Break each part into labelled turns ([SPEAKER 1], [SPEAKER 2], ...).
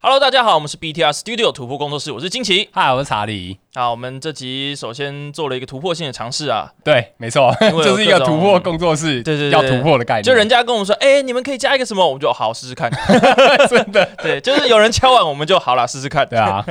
[SPEAKER 1] Hello，大家好，我们是 BTR Studio 突破工作室，我是金奇。
[SPEAKER 2] 嗨，我是查理。
[SPEAKER 1] 啊，我们这集首先做了一个突破性的尝试啊，
[SPEAKER 2] 对，没错，
[SPEAKER 1] 因为有
[SPEAKER 2] 这是一个
[SPEAKER 1] 各种
[SPEAKER 2] 突破工作室，
[SPEAKER 1] 对对对
[SPEAKER 2] 要突破的概念。
[SPEAKER 1] 就人家跟我们说，哎、你们可以加一个什么，我们就好试试看。
[SPEAKER 2] 真 的，
[SPEAKER 1] 对，就是有人敲碗，我们就好了试试看。
[SPEAKER 2] 对啊，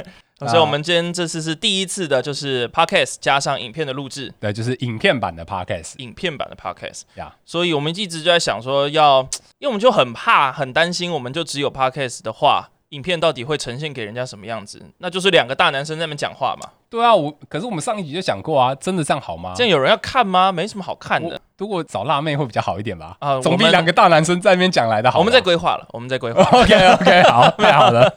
[SPEAKER 1] 所以，我们今天这次是第一次的，就是 podcast 加上影片的录制，
[SPEAKER 2] 对，就是影片版的 podcast
[SPEAKER 1] 影片版的 podcast。
[SPEAKER 2] 呀。
[SPEAKER 1] 所以，我们一直就在想说要，因为我们就很怕、很担心，我们就只有 podcast 的话，影片到底会呈现给人家什么样子？那就是两个大男生在那边讲话嘛。
[SPEAKER 2] 对啊，我可是我们上一集就讲过啊，真的这样好吗？
[SPEAKER 1] 这样有人要看吗？没什么好看的
[SPEAKER 2] 我。如果找辣妹会比较好一点吧，
[SPEAKER 1] 啊
[SPEAKER 2] 总比
[SPEAKER 1] 我们
[SPEAKER 2] 两个大男生在那边讲来的好吧。。
[SPEAKER 1] 我们在规划了，我们在规划
[SPEAKER 2] OK OK 好，太好了。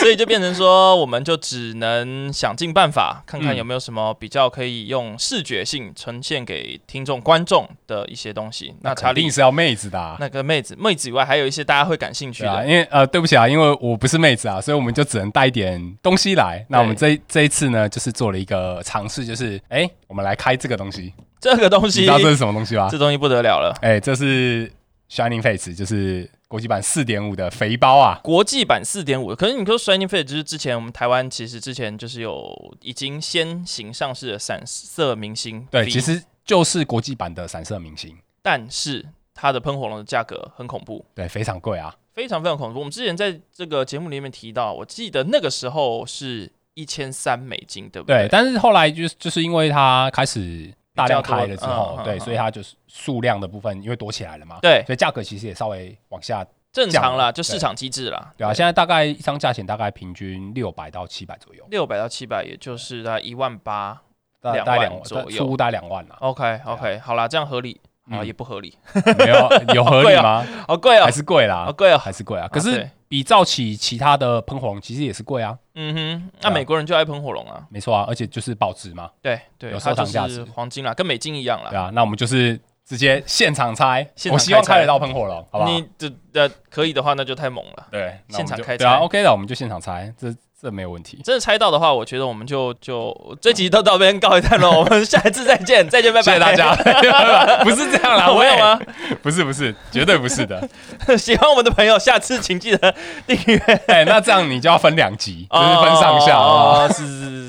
[SPEAKER 1] 所以就变成说，我们就只能想尽办法，看
[SPEAKER 2] 嗯
[SPEAKER 1] 看有没有什么比较可以用视觉性呈现给听众、观众的一些东西。那查
[SPEAKER 2] 肯
[SPEAKER 1] 理
[SPEAKER 2] 定是要妹子的啊。
[SPEAKER 1] 那个妹子，妹子以外，还有一些大家会感兴趣
[SPEAKER 2] 对啊，
[SPEAKER 1] 的。
[SPEAKER 2] 因为呃，对不起啊，因为我不是妹子啊，所以我们就只能带一点东西来。那我们这一这一次呢，就是做了一个尝试，就是哎、我们来开这个东西。
[SPEAKER 1] 这个东
[SPEAKER 2] 你知
[SPEAKER 1] 西，
[SPEAKER 2] 道这是什么东西吗？
[SPEAKER 1] 这东西不得了了，
[SPEAKER 2] 哎、这是 Shining Face，就是国际版四点五的肥包啊。
[SPEAKER 1] 国际版四点五。可是你说 Shining Face 就是之前我们台湾其实之前就是有已经先行上市的散色明星 V，
[SPEAKER 2] 对，其实就是国际版的散射明星，
[SPEAKER 1] 但是它的喷火龙的价格很恐怖。
[SPEAKER 2] 对，非常贵啊。
[SPEAKER 1] 非常非常恐怖。我们之前在这个节目里面提到，我记得那个时候是一千三美金，对不
[SPEAKER 2] 对，
[SPEAKER 1] 对？
[SPEAKER 2] 但是后来就是就是因为它开始大量
[SPEAKER 1] 比较多
[SPEAKER 2] 开了之后，
[SPEAKER 1] 嗯嗯
[SPEAKER 2] 对，
[SPEAKER 1] 嗯
[SPEAKER 2] 所以它就是数量的部分因为多起来了嘛，
[SPEAKER 1] 对
[SPEAKER 2] 所以价格其实也稍微往下，
[SPEAKER 1] 正常啦，
[SPEAKER 2] 这样
[SPEAKER 1] 就市场机制啦。
[SPEAKER 2] 对啊，现在大概一张价钱大概平均六百到七百左右，
[SPEAKER 1] 六百到七百，也就是大概一万八。
[SPEAKER 2] 大
[SPEAKER 1] 两
[SPEAKER 2] 大概
[SPEAKER 1] 万
[SPEAKER 2] 两万
[SPEAKER 1] 左右
[SPEAKER 2] 出大概 两万啦，
[SPEAKER 1] OK OK，好啦，这样合理啊，
[SPEAKER 2] 啊嗯
[SPEAKER 1] 也不合理，
[SPEAKER 2] 没有有合理吗？
[SPEAKER 1] 好贵哦
[SPEAKER 2] 还，是贵
[SPEAKER 1] 好
[SPEAKER 2] 啦，
[SPEAKER 1] 贵哦。
[SPEAKER 2] 还是贵啊。
[SPEAKER 1] 啊
[SPEAKER 2] 可
[SPEAKER 1] 对
[SPEAKER 2] 是比照起其他的喷火龙，其实也是贵啊，
[SPEAKER 1] 嗯哼，
[SPEAKER 2] 对
[SPEAKER 1] 那
[SPEAKER 2] 啊
[SPEAKER 1] 美国人就爱喷火龙啊，
[SPEAKER 2] 没错啊，而且就是保值嘛，
[SPEAKER 1] 对对，
[SPEAKER 2] 有
[SPEAKER 1] 它
[SPEAKER 2] 收
[SPEAKER 1] 就
[SPEAKER 2] 藏价
[SPEAKER 1] 是
[SPEAKER 2] 值
[SPEAKER 1] 黄金啦，跟美金一样
[SPEAKER 2] 对
[SPEAKER 1] 啦。
[SPEAKER 2] 啊，那我们就是直接现场拆，
[SPEAKER 1] 现场
[SPEAKER 2] 我希望
[SPEAKER 1] 开拆
[SPEAKER 2] 开得到喷火龙，好不好？
[SPEAKER 1] 你这呃可以的话，那就太猛了。
[SPEAKER 2] 对，那我们就
[SPEAKER 1] 现场开拆
[SPEAKER 2] 对啊，OK 的，我们就现场拆，这这没有问题。
[SPEAKER 1] 真的猜到的话，我觉得我们就就这集都到这边告一段落，我们下一次再见，再见，拜拜，
[SPEAKER 2] 谢谢大家，。 不是这样啦，
[SPEAKER 1] 好，
[SPEAKER 2] 我
[SPEAKER 1] 没啊有
[SPEAKER 2] 也
[SPEAKER 1] 吗？
[SPEAKER 2] 不是不是，绝对不是的。
[SPEAKER 1] 喜欢我们的朋友，下次请记得订阅，
[SPEAKER 2] 哎，那这样你就要分两集， 就是分上下，啊好
[SPEAKER 1] 哦，是是是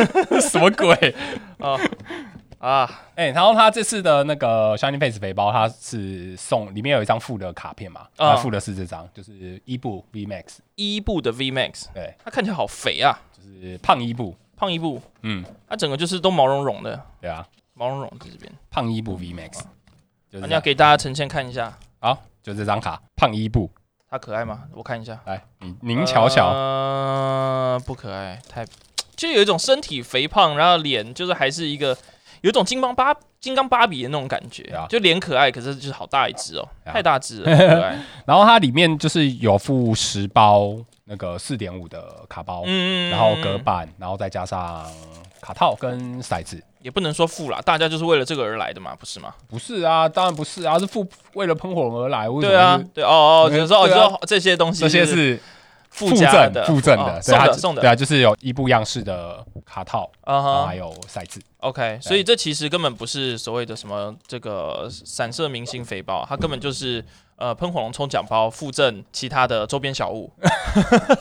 [SPEAKER 1] 是，
[SPEAKER 2] 不好 什么鬼？
[SPEAKER 1] 哦啊，
[SPEAKER 2] 哎，然后他这次的那个 Shining Face 肥包，它是送里面有一张附的卡片嘛，
[SPEAKER 1] 嗯
[SPEAKER 2] 它附的是这张，就是伊布 V Max，
[SPEAKER 1] 伊布的 V Max，
[SPEAKER 2] 对，
[SPEAKER 1] 他看起来好肥啊，
[SPEAKER 2] 就是胖伊布，
[SPEAKER 1] 胖伊布，
[SPEAKER 2] 嗯，
[SPEAKER 1] 他整个就是都毛茸茸的，
[SPEAKER 2] 对啊，
[SPEAKER 1] 毛茸茸在这边，
[SPEAKER 2] 胖伊布 V Max，就
[SPEAKER 1] 那
[SPEAKER 2] 是这
[SPEAKER 1] 嗯啊你要
[SPEAKER 2] 样
[SPEAKER 1] 给大家呈现看一下，
[SPEAKER 2] 好，就这张卡，胖伊布。
[SPEAKER 1] 他可爱吗？我看一下，
[SPEAKER 2] 来，你您瞧瞧，
[SPEAKER 1] 嗯，不可爱，太，就有一种身体肥胖，然后脸就是还是一个。有一种金刚芭金刚芭比的那种感觉
[SPEAKER 2] 对啊，
[SPEAKER 1] 就脸可爱，可是就是好大一只哦，
[SPEAKER 2] 对啊
[SPEAKER 1] 太大只了，不可爱。
[SPEAKER 2] 然后它里面就是有附十包那个四点五的卡包，
[SPEAKER 1] 嗯
[SPEAKER 2] 然后隔板，然后再加上卡套跟骰子。
[SPEAKER 1] 也不能说富啦，大家就是为了这个而来的嘛，不是吗？
[SPEAKER 2] 不是啊，当然不是啊，是附为了喷火而来。为什么
[SPEAKER 1] 对啊
[SPEAKER 2] 是，
[SPEAKER 1] 对哦哦，就是说哦，就
[SPEAKER 2] 对啊
[SPEAKER 1] 说这些东西，
[SPEAKER 2] 这些是
[SPEAKER 1] 附
[SPEAKER 2] 赠
[SPEAKER 1] 加的
[SPEAKER 2] 附赠
[SPEAKER 1] 哦
[SPEAKER 2] 的，对
[SPEAKER 1] 送
[SPEAKER 2] 它
[SPEAKER 1] 的
[SPEAKER 2] 就
[SPEAKER 1] 送的
[SPEAKER 2] 对啊，就是有伊布样式的卡套，
[SPEAKER 1] 啊
[SPEAKER 2] 然后
[SPEAKER 1] 哈
[SPEAKER 2] 还有骰子。
[SPEAKER 1] ，OK，所
[SPEAKER 2] 啊
[SPEAKER 1] 以这其实根本不是所谓的什么这个散射明星肥包，它根本就是呃喷火龙抽奖包附赠其他的周边小物，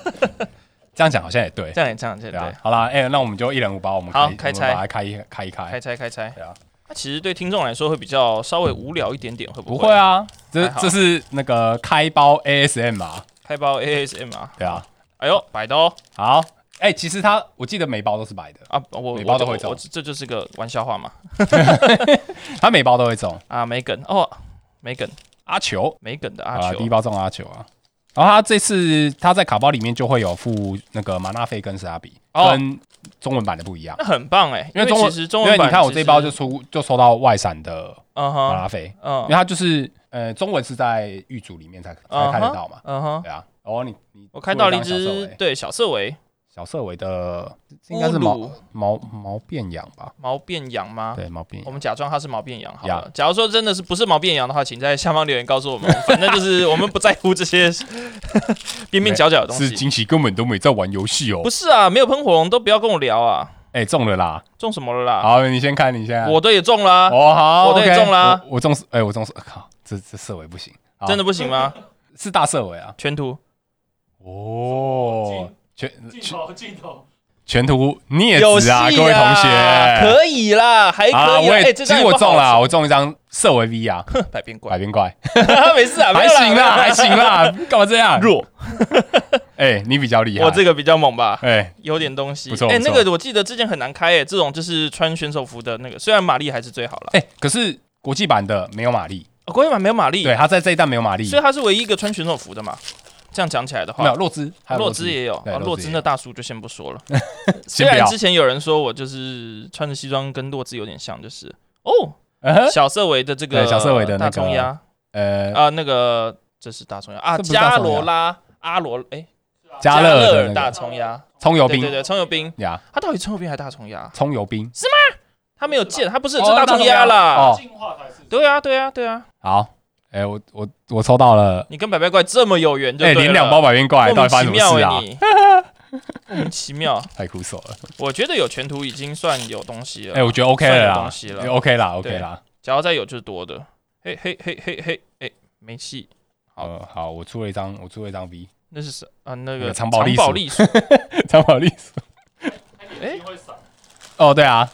[SPEAKER 2] 这样讲好像也对，
[SPEAKER 1] 这样也这样这
[SPEAKER 2] 对
[SPEAKER 1] 样
[SPEAKER 2] 啊
[SPEAKER 1] 对，。
[SPEAKER 2] 好啦，哎，那我们就一人五包，我们
[SPEAKER 1] 好
[SPEAKER 2] 可
[SPEAKER 1] 开
[SPEAKER 2] 以我们
[SPEAKER 1] 拆
[SPEAKER 2] 把它开一开一开
[SPEAKER 1] 开。拆开拆，
[SPEAKER 2] 对啊，
[SPEAKER 1] 那其实对听众来说会比较稍微无聊一点点，会
[SPEAKER 2] 不
[SPEAKER 1] 不
[SPEAKER 2] 会？啊，这
[SPEAKER 1] 还好
[SPEAKER 2] 这是那个开包 ASM 啊，
[SPEAKER 1] 开包 ASM 啊，
[SPEAKER 2] 对啊。
[SPEAKER 1] 哎呦，摆的哦
[SPEAKER 2] 好，哎、其实它我记得每包都是白的，
[SPEAKER 1] 啊，我我
[SPEAKER 2] 每包都会
[SPEAKER 1] 我
[SPEAKER 2] 中
[SPEAKER 1] 我这就是个玩笑话嘛
[SPEAKER 2] 它每包都会中。
[SPEAKER 1] 啊，没梗哦，没梗
[SPEAKER 2] 阿球
[SPEAKER 1] 没梗的
[SPEAKER 2] 啊，
[SPEAKER 1] 阿
[SPEAKER 2] 好啦
[SPEAKER 1] 球
[SPEAKER 2] 第一，包中阿球啊。然后它这次它在卡包里面就会有附那个马纳菲跟史拉比，
[SPEAKER 1] 哦
[SPEAKER 2] 跟中文版的不一样。
[SPEAKER 1] 那很棒哎，
[SPEAKER 2] 因为中
[SPEAKER 1] 其
[SPEAKER 2] 文
[SPEAKER 1] 实中
[SPEAKER 2] 因
[SPEAKER 1] 文
[SPEAKER 2] 为
[SPEAKER 1] 版
[SPEAKER 2] 你看我
[SPEAKER 1] 其
[SPEAKER 2] 这一
[SPEAKER 1] 实
[SPEAKER 2] 包就出就收到外闪的
[SPEAKER 1] 嗯
[SPEAKER 2] 马
[SPEAKER 1] 哼，
[SPEAKER 2] 拉菲，
[SPEAKER 1] 嗯
[SPEAKER 2] 因为它就是呃中文是在玉组里面才才看得到嘛，
[SPEAKER 1] 嗯哼，
[SPEAKER 2] 对啊。哦，你你
[SPEAKER 1] 我看到了一
[SPEAKER 2] 出张小色
[SPEAKER 1] 只
[SPEAKER 2] 尾
[SPEAKER 1] 对小色尾
[SPEAKER 2] 小色尾的，这应该
[SPEAKER 1] 乌
[SPEAKER 2] 是毛
[SPEAKER 1] 鲁
[SPEAKER 2] 毛毛变羊吧？
[SPEAKER 1] 毛变羊吗？
[SPEAKER 2] 对，毛变
[SPEAKER 1] 我
[SPEAKER 2] 羊。
[SPEAKER 1] 们假装它是毛变羊好了
[SPEAKER 2] 呀。
[SPEAKER 1] 假如说真的是不是毛变羊的话，请在下方留言告诉 我们。反正就是我们不在乎这些边边角角的东
[SPEAKER 2] 是
[SPEAKER 1] 西。
[SPEAKER 2] 惊喜根本都没在玩游戏哦
[SPEAKER 1] 不，是啊，没有喷火龙都不要跟我聊啊，
[SPEAKER 2] 哎、中了啦！
[SPEAKER 1] 中什么了啦？
[SPEAKER 2] 好，你先看，你先看。
[SPEAKER 1] 我的也中啊啦，
[SPEAKER 2] 哦好，
[SPEAKER 1] 我的也
[SPEAKER 2] OK
[SPEAKER 1] 中啦
[SPEAKER 2] 我我中，哎、我中，靠，这这色尾不行，好
[SPEAKER 1] 真的不行吗？
[SPEAKER 2] 是大色尾啊，
[SPEAKER 1] 全图
[SPEAKER 2] 哦，全
[SPEAKER 3] 镜头镜头，
[SPEAKER 2] 全图镊
[SPEAKER 1] 有
[SPEAKER 2] 子
[SPEAKER 1] 戏
[SPEAKER 2] 啊，各位同学。
[SPEAKER 1] 可以啦，还可以
[SPEAKER 2] 好啦，
[SPEAKER 1] 啦。
[SPEAKER 2] 我
[SPEAKER 1] 哎
[SPEAKER 2] 也
[SPEAKER 1] 这
[SPEAKER 2] 其
[SPEAKER 1] 张
[SPEAKER 2] 实
[SPEAKER 1] 也不
[SPEAKER 2] 我
[SPEAKER 1] 好
[SPEAKER 2] 中了啊，我中一张色违 V 啊，
[SPEAKER 1] 吃，百变
[SPEAKER 2] 百
[SPEAKER 1] 怪，
[SPEAKER 2] 变怪，
[SPEAKER 1] 没事啊，没
[SPEAKER 2] 还
[SPEAKER 1] 有啦
[SPEAKER 2] 行啦，还行。啦，干嘛这样？
[SPEAKER 1] 弱，
[SPEAKER 2] 哎，你比较厉害，
[SPEAKER 1] 我这个比较猛吧。
[SPEAKER 2] 哎，
[SPEAKER 1] 有点东西
[SPEAKER 2] 不，错
[SPEAKER 1] 哎、
[SPEAKER 2] 不
[SPEAKER 1] 那
[SPEAKER 2] 错
[SPEAKER 1] 个我记得之前很难开、哎，这种就是穿选手服的那个，虽然马力还是最好了、
[SPEAKER 2] 哎，可是国际版的没有马力，
[SPEAKER 1] 哦国际版没有马力，
[SPEAKER 2] 对，他在这一弹没有马力
[SPEAKER 1] 所，以他是唯一一个穿选手服的嘛。这样讲起来的
[SPEAKER 2] 没有
[SPEAKER 1] 话，
[SPEAKER 2] 洛兹，还有
[SPEAKER 1] 洛兹也有，
[SPEAKER 2] 对
[SPEAKER 1] 啊
[SPEAKER 2] 洛
[SPEAKER 1] 洛
[SPEAKER 2] 兹
[SPEAKER 1] 兹
[SPEAKER 2] 也
[SPEAKER 1] 那大叔就先不说 了。 虽
[SPEAKER 2] 先不
[SPEAKER 1] 然
[SPEAKER 2] 要
[SPEAKER 1] 之前有人说我就是穿着西装跟洛兹有点像，就是哦，
[SPEAKER 2] 嗯哼
[SPEAKER 1] 小色维的这个
[SPEAKER 2] 对小色维的
[SPEAKER 1] 大
[SPEAKER 2] 那个
[SPEAKER 1] 葱鸭
[SPEAKER 2] 呃，
[SPEAKER 1] 啊，那个这是大葱鸭啊，
[SPEAKER 2] 这不是大葱
[SPEAKER 1] 加
[SPEAKER 2] 鸭
[SPEAKER 1] 罗拉阿罗哎，
[SPEAKER 2] 加
[SPEAKER 1] 勒
[SPEAKER 2] 勒的
[SPEAKER 1] 尔
[SPEAKER 2] 那
[SPEAKER 1] 大
[SPEAKER 2] 个
[SPEAKER 1] 葱鸭，
[SPEAKER 2] 葱油
[SPEAKER 1] 对对
[SPEAKER 2] 兵
[SPEAKER 1] 对，葱油饼，
[SPEAKER 2] 呀，
[SPEAKER 1] 他到底葱油饼还是大葱鸭？
[SPEAKER 2] 葱油兵，
[SPEAKER 1] 他没有见，他不是
[SPEAKER 2] 哦
[SPEAKER 1] 这大葱鸭啦。
[SPEAKER 2] 哦
[SPEAKER 3] 进化才是
[SPEAKER 1] 对啊，对啊，对啊，
[SPEAKER 2] 好，哎，我我我抽到了，
[SPEAKER 1] 你跟百变怪这么有缘，就
[SPEAKER 2] 哎，
[SPEAKER 1] 对
[SPEAKER 2] 连
[SPEAKER 1] 了
[SPEAKER 2] 两包百变怪，到
[SPEAKER 1] 莫
[SPEAKER 2] 底发
[SPEAKER 1] 名其
[SPEAKER 2] 生
[SPEAKER 1] 妙
[SPEAKER 2] 什么事
[SPEAKER 1] 哎
[SPEAKER 2] 啊？
[SPEAKER 1] 你，莫 名其妙。
[SPEAKER 2] 太苦手了，
[SPEAKER 1] 我觉得有全图已经算有东西了，
[SPEAKER 2] 哎，我觉得 OK 了
[SPEAKER 1] 啊算有
[SPEAKER 2] 啦
[SPEAKER 1] 东西了
[SPEAKER 2] ，OK 啦，OK
[SPEAKER 1] 对
[SPEAKER 2] 啦，
[SPEAKER 1] 只要再有就是多的。嘿嘿嘿嘿嘿，哎，没戏。好
[SPEAKER 2] 呃，好，我出了一张，我出了一张 V，
[SPEAKER 1] 那是什啊？那
[SPEAKER 2] 那
[SPEAKER 1] 个
[SPEAKER 2] 个藏宝栗鼠
[SPEAKER 1] 栗鼠，
[SPEAKER 2] 张宝丽，
[SPEAKER 3] 他眼
[SPEAKER 1] 哎
[SPEAKER 3] 睛会闪，
[SPEAKER 2] 哦，对啊，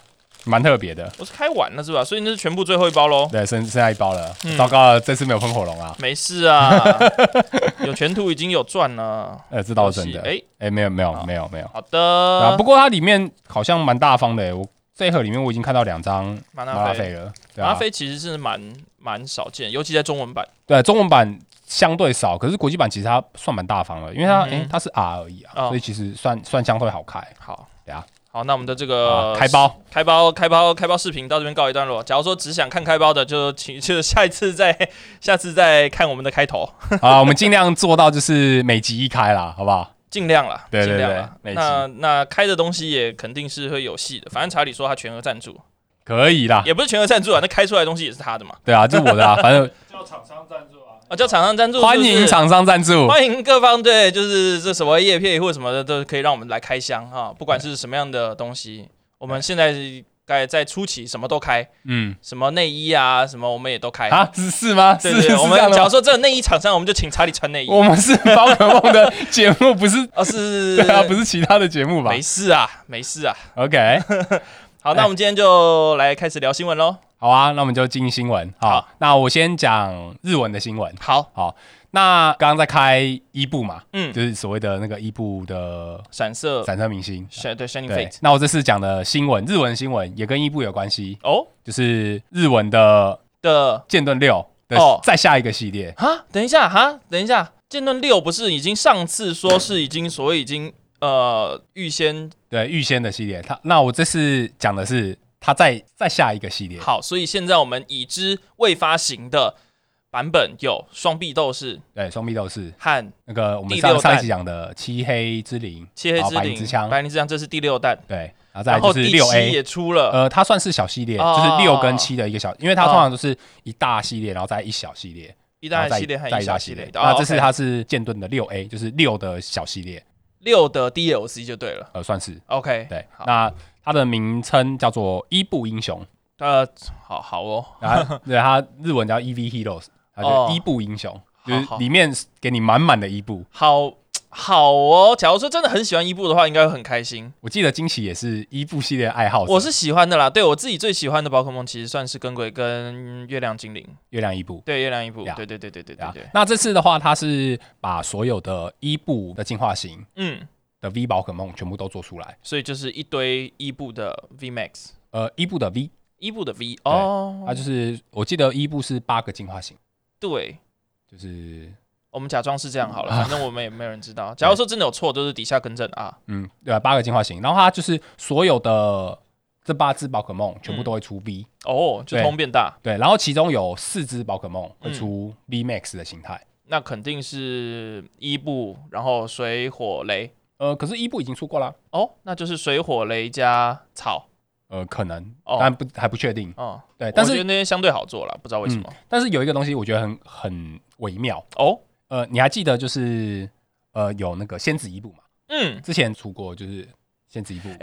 [SPEAKER 2] 蛮特别的，
[SPEAKER 1] 我是开完了是吧？所以那是全部最后一包喽。
[SPEAKER 2] 对，剩剩下一包了
[SPEAKER 1] 嗯，
[SPEAKER 2] 糟糕了，这次没有喷火龙啊，
[SPEAKER 1] 没事 啊，有全图已经有赚了。
[SPEAKER 2] 呃，这倒是真的，
[SPEAKER 1] 哎，
[SPEAKER 2] 哎，没有没
[SPEAKER 1] 好呃
[SPEAKER 2] 有没有没有，
[SPEAKER 1] 好
[SPEAKER 2] 啊，
[SPEAKER 1] 的
[SPEAKER 2] 不。过它里面好像蛮大方的欸，我这一盒里面我已经看到两张
[SPEAKER 1] 马
[SPEAKER 2] 马拉
[SPEAKER 1] 纳
[SPEAKER 2] 菲
[SPEAKER 1] 菲，
[SPEAKER 2] 了，对
[SPEAKER 1] 马纳
[SPEAKER 2] 啊，
[SPEAKER 1] 菲其实是蛮蛮少见，尤其在中文版。
[SPEAKER 2] 对，中文版相对少，可是国际版其实它算蛮大方的，因为它
[SPEAKER 1] 嗯
[SPEAKER 2] 哎、
[SPEAKER 1] 哼
[SPEAKER 2] 诶它是 R 而已啊，
[SPEAKER 1] 哦
[SPEAKER 2] 所以其实算算相对好开。
[SPEAKER 1] 好，
[SPEAKER 2] 对啊。
[SPEAKER 1] 好，那我们的这
[SPEAKER 2] 啊
[SPEAKER 1] 个
[SPEAKER 2] 开包，
[SPEAKER 1] 开包、开包、开包视频到这边告一段落。假如说只想看开包的，就请 就下一次再下次再看我们的开头，
[SPEAKER 2] 好啦，我们尽量做到就是每集一开啦，好不好？
[SPEAKER 1] 尽量啦，
[SPEAKER 2] 对
[SPEAKER 1] 尽
[SPEAKER 2] 对
[SPEAKER 1] 量啦。
[SPEAKER 2] 对每集
[SPEAKER 1] 那那开的东西也肯定是会有戏的，反正查理说他全额赞助，
[SPEAKER 2] 可以 啦，
[SPEAKER 1] 也不是全额赞助啊，那开出来的东西也是他的嘛。
[SPEAKER 2] 对啊，这是我 的啊，反正
[SPEAKER 3] 叫厂商赞助啊。
[SPEAKER 1] 啊，叫厂商赞助，
[SPEAKER 2] 欢
[SPEAKER 1] 是不
[SPEAKER 2] 迎
[SPEAKER 1] 是
[SPEAKER 2] 厂商赞助，
[SPEAKER 1] 欢迎各方对，就是这什么叶片或什么的，都可以让我们来开箱哈、不管是什么样的东西，我们现在该在初期什么都开，
[SPEAKER 2] 嗯，
[SPEAKER 1] 什么内衣啊，什么我们也都开。
[SPEAKER 2] 啊，是是吗？
[SPEAKER 1] 对对
[SPEAKER 2] 是是
[SPEAKER 1] 对，我
[SPEAKER 2] 这
[SPEAKER 1] 们
[SPEAKER 2] 样
[SPEAKER 1] 假如
[SPEAKER 2] 的吗。哦
[SPEAKER 1] 说这个内衣厂商，我们就请查理穿内衣。
[SPEAKER 2] 我们是 宝可梦的节目，不是
[SPEAKER 1] 哦，是是是，
[SPEAKER 2] 对啊， 不
[SPEAKER 1] 是，
[SPEAKER 2] 是其他的节目吧
[SPEAKER 1] 没事啊，没事啊。
[SPEAKER 2] ？OK，
[SPEAKER 1] 好，那
[SPEAKER 2] 哎
[SPEAKER 1] 我们今天就来开始聊新闻喽。
[SPEAKER 2] 好啊，那我们就进新闻。
[SPEAKER 1] 好
[SPEAKER 2] 好，那我先讲日文的新闻。
[SPEAKER 1] 好，
[SPEAKER 2] 那刚刚在开伊布嘛，
[SPEAKER 1] 嗯，
[SPEAKER 2] 就是所谓的那个伊布的
[SPEAKER 1] 闪射，
[SPEAKER 2] 闪车明星。
[SPEAKER 1] 闪对，Shining
[SPEAKER 2] 对
[SPEAKER 1] Fate。，
[SPEAKER 2] 那我这次讲的新闻，日文新闻也跟伊布有关系，
[SPEAKER 1] 哦
[SPEAKER 2] 就是日文的
[SPEAKER 1] 的
[SPEAKER 2] 剑盾六的
[SPEAKER 1] 哦
[SPEAKER 2] 再下一个系列，
[SPEAKER 1] 哈，等一下哈，等一下，剑盾六不是已经上次说是已经，所以已经呃预先
[SPEAKER 2] 对预先的系列。它那我这次讲的是它再再下一个系列，
[SPEAKER 1] 好，所以现在我们已知未发行的版本有双臂斗士
[SPEAKER 2] 对，双臂斗士
[SPEAKER 1] 和
[SPEAKER 2] 那个我们
[SPEAKER 1] 第
[SPEAKER 2] 上
[SPEAKER 1] 六代
[SPEAKER 2] 上一期讲的漆黑之灵，
[SPEAKER 1] 漆黑
[SPEAKER 2] 然后
[SPEAKER 1] 之
[SPEAKER 2] 白
[SPEAKER 1] 灵
[SPEAKER 2] 银之枪，
[SPEAKER 1] 白银之枪，这是第六弹，
[SPEAKER 2] 对，然后再来
[SPEAKER 1] 然后
[SPEAKER 2] 就是
[SPEAKER 1] 第
[SPEAKER 2] 六
[SPEAKER 1] 七
[SPEAKER 2] A。
[SPEAKER 1] 也出了，
[SPEAKER 2] 呃，它算是小系列，
[SPEAKER 1] 哦
[SPEAKER 2] 就是六跟七的一个小，因为它通常都是一大系列，然后再一小系列，
[SPEAKER 1] 一
[SPEAKER 2] 然
[SPEAKER 1] 代
[SPEAKER 2] 后再
[SPEAKER 1] 系列和
[SPEAKER 2] 再一
[SPEAKER 1] 小
[SPEAKER 2] 大
[SPEAKER 1] 系列。
[SPEAKER 2] 那
[SPEAKER 1] 哦
[SPEAKER 2] 这次
[SPEAKER 1] OK
[SPEAKER 2] 它是剑盾的六 A，就是六的小系列，
[SPEAKER 1] 六的 DLC 就对了。
[SPEAKER 2] 呃，算是
[SPEAKER 1] OK，
[SPEAKER 2] 对
[SPEAKER 1] 好。
[SPEAKER 2] 那它的名称叫做伊布英雄，
[SPEAKER 1] 呃，好好哦，
[SPEAKER 2] 然 后对它日文叫 EV Heroes，它
[SPEAKER 1] 哦
[SPEAKER 2] 就伊布英雄，就
[SPEAKER 1] 好好
[SPEAKER 2] 是里面给你满满的伊布。
[SPEAKER 1] 好好哦。假如说真的很喜欢伊布的话，应该会很开心。
[SPEAKER 2] 我记得惊喜也是伊布系列爱好者，
[SPEAKER 1] 我是喜欢的啦，对我自己最喜欢的宝可梦其实算是跟鬼跟月亮精灵，
[SPEAKER 2] 月亮伊布。
[SPEAKER 1] 对月亮伊布，
[SPEAKER 2] 呀
[SPEAKER 1] 对对对对对对
[SPEAKER 2] 啊
[SPEAKER 1] 对，，
[SPEAKER 2] 那这次的话，它是把所有的伊布的进化型
[SPEAKER 1] 嗯，
[SPEAKER 2] 的 V 宝可梦全部都做出来，
[SPEAKER 1] 所以就是一堆伊布的 V Max，
[SPEAKER 2] 呃，伊布的 V
[SPEAKER 1] 伊，E 布的 V 哦，
[SPEAKER 2] 它啊就是我记得伊布是八个进化型，
[SPEAKER 1] 对，
[SPEAKER 2] 就是
[SPEAKER 1] 我们假装是这样好
[SPEAKER 2] 啊
[SPEAKER 1] 了，反正我们也没有人知道。假如说真的有错，就是底下更正啊。
[SPEAKER 2] 嗯对啊，八个进化型，然后它就是所有的这八只宝可梦
[SPEAKER 1] 嗯
[SPEAKER 2] 全部都会出 V，、
[SPEAKER 1] 哦，就
[SPEAKER 2] 对
[SPEAKER 1] 通变大，
[SPEAKER 2] 对，然后其中有四只宝可梦会
[SPEAKER 1] 嗯
[SPEAKER 2] 出 V Max 的形态，
[SPEAKER 1] 那肯定是伊布，然后水火雷。
[SPEAKER 2] 呃，可是伊布已经出过啦，
[SPEAKER 1] 哦，那就是水火雷加草。
[SPEAKER 2] 呃，可能，
[SPEAKER 1] 哦
[SPEAKER 2] 但不还不确定，
[SPEAKER 1] 哦，
[SPEAKER 2] 对，但
[SPEAKER 1] 我觉得
[SPEAKER 2] 是嗯
[SPEAKER 1] 那些相对好做了，不知道为什么。
[SPEAKER 2] 但是有一个东西我觉得很很微妙，
[SPEAKER 1] 哦，
[SPEAKER 2] 呃，你还记得就是呃有那个仙子伊布嘛，
[SPEAKER 1] 嗯，
[SPEAKER 2] 之前出过就是仙子伊布，
[SPEAKER 1] 哎、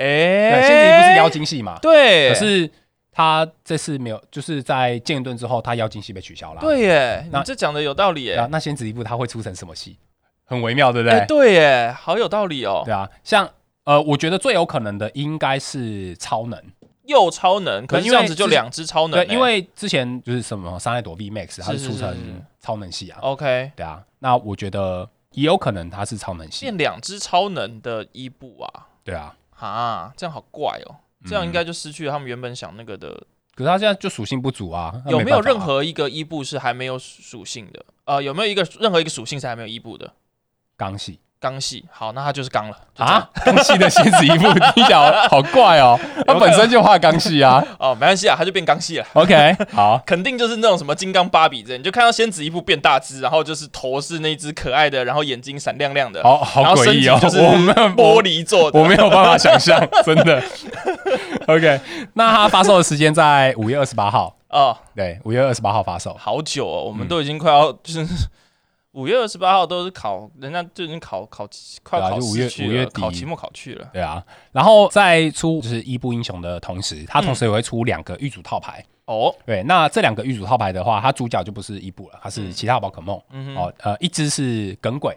[SPEAKER 2] 对，仙子伊布是妖，精系嘛，
[SPEAKER 1] 对，
[SPEAKER 2] 可是他这次没有，就是在剑盾之后，他妖精系被取消了。啊
[SPEAKER 1] 对耶，你
[SPEAKER 2] 那
[SPEAKER 1] 这讲的有道理耶
[SPEAKER 2] 那。那仙子一部他会出成什么戏？很微妙，对不对？
[SPEAKER 1] 哎、对耶，好有道理哦。
[SPEAKER 2] 对啊，像呃，我觉得最有可能的应该是超能，
[SPEAKER 1] 又超能，可是
[SPEAKER 2] 因为
[SPEAKER 1] 这样子就
[SPEAKER 2] 之
[SPEAKER 1] 两只超能
[SPEAKER 2] 对
[SPEAKER 1] 耶。，
[SPEAKER 2] 因为之前就是什么三代躲避 Max，它是
[SPEAKER 1] 是
[SPEAKER 2] 出
[SPEAKER 1] 是
[SPEAKER 2] 成
[SPEAKER 1] 是哦
[SPEAKER 2] 超能系啊，
[SPEAKER 1] OK
[SPEAKER 2] 对啊，那我觉得也有可能它是超能系，
[SPEAKER 1] 变两只超能的伊布啊，
[SPEAKER 2] 对啊，
[SPEAKER 1] 啊，这样好怪哦。这样应
[SPEAKER 2] 嗯
[SPEAKER 1] 该就失去了他们原本想那个的。
[SPEAKER 2] 可是它现在就属性不足啊，那
[SPEAKER 1] 有没
[SPEAKER 2] 办
[SPEAKER 1] 有
[SPEAKER 2] 法啊
[SPEAKER 1] 任何一个伊布是还没有属性的？呃，有没有一个任何一个属性是还没有伊布的？
[SPEAKER 2] 刚系
[SPEAKER 1] 刚系，好，那他就是刚了就这样
[SPEAKER 2] 啊？刚系的仙子一步， 你想好 怪哦，它本身就画刚系啊。
[SPEAKER 1] 哦，没关系啊，他就变刚系了。
[SPEAKER 2] OK，好，
[SPEAKER 1] 肯定就是那种什么金刚芭比这，你就看到仙子伊布变大只，然后就是头是那只可爱的，然后眼睛闪亮亮的，
[SPEAKER 2] 好好
[SPEAKER 1] 然后
[SPEAKER 2] 诡
[SPEAKER 1] 身体
[SPEAKER 2] 异哦，
[SPEAKER 1] 就是
[SPEAKER 2] 我没有
[SPEAKER 1] 玻璃做的。
[SPEAKER 2] 我没有办法想象，真的。OK，那它发售的时间在五月二十八号，
[SPEAKER 1] 哦，
[SPEAKER 2] 对，五月二十八号发售。
[SPEAKER 1] 好久哦，我们
[SPEAKER 2] 嗯
[SPEAKER 1] 都已经快要 就是五月二十八号都是考，人家就已经考考快
[SPEAKER 2] 对啊
[SPEAKER 1] 考
[SPEAKER 2] 就
[SPEAKER 1] 试
[SPEAKER 2] 五月
[SPEAKER 1] 去
[SPEAKER 2] 五月
[SPEAKER 1] 了，
[SPEAKER 2] 底
[SPEAKER 1] 考期末考去了。
[SPEAKER 2] 对啊，然后在出就是伊布英雄的同时，它同时也会出两个玉组套牌。
[SPEAKER 1] 哦，
[SPEAKER 2] 对，那这两个玉组套牌的话，它主角就不是伊布了，它是其他宝可梦。
[SPEAKER 1] 嗯哼，
[SPEAKER 2] 哦，呃，一只是耿鬼，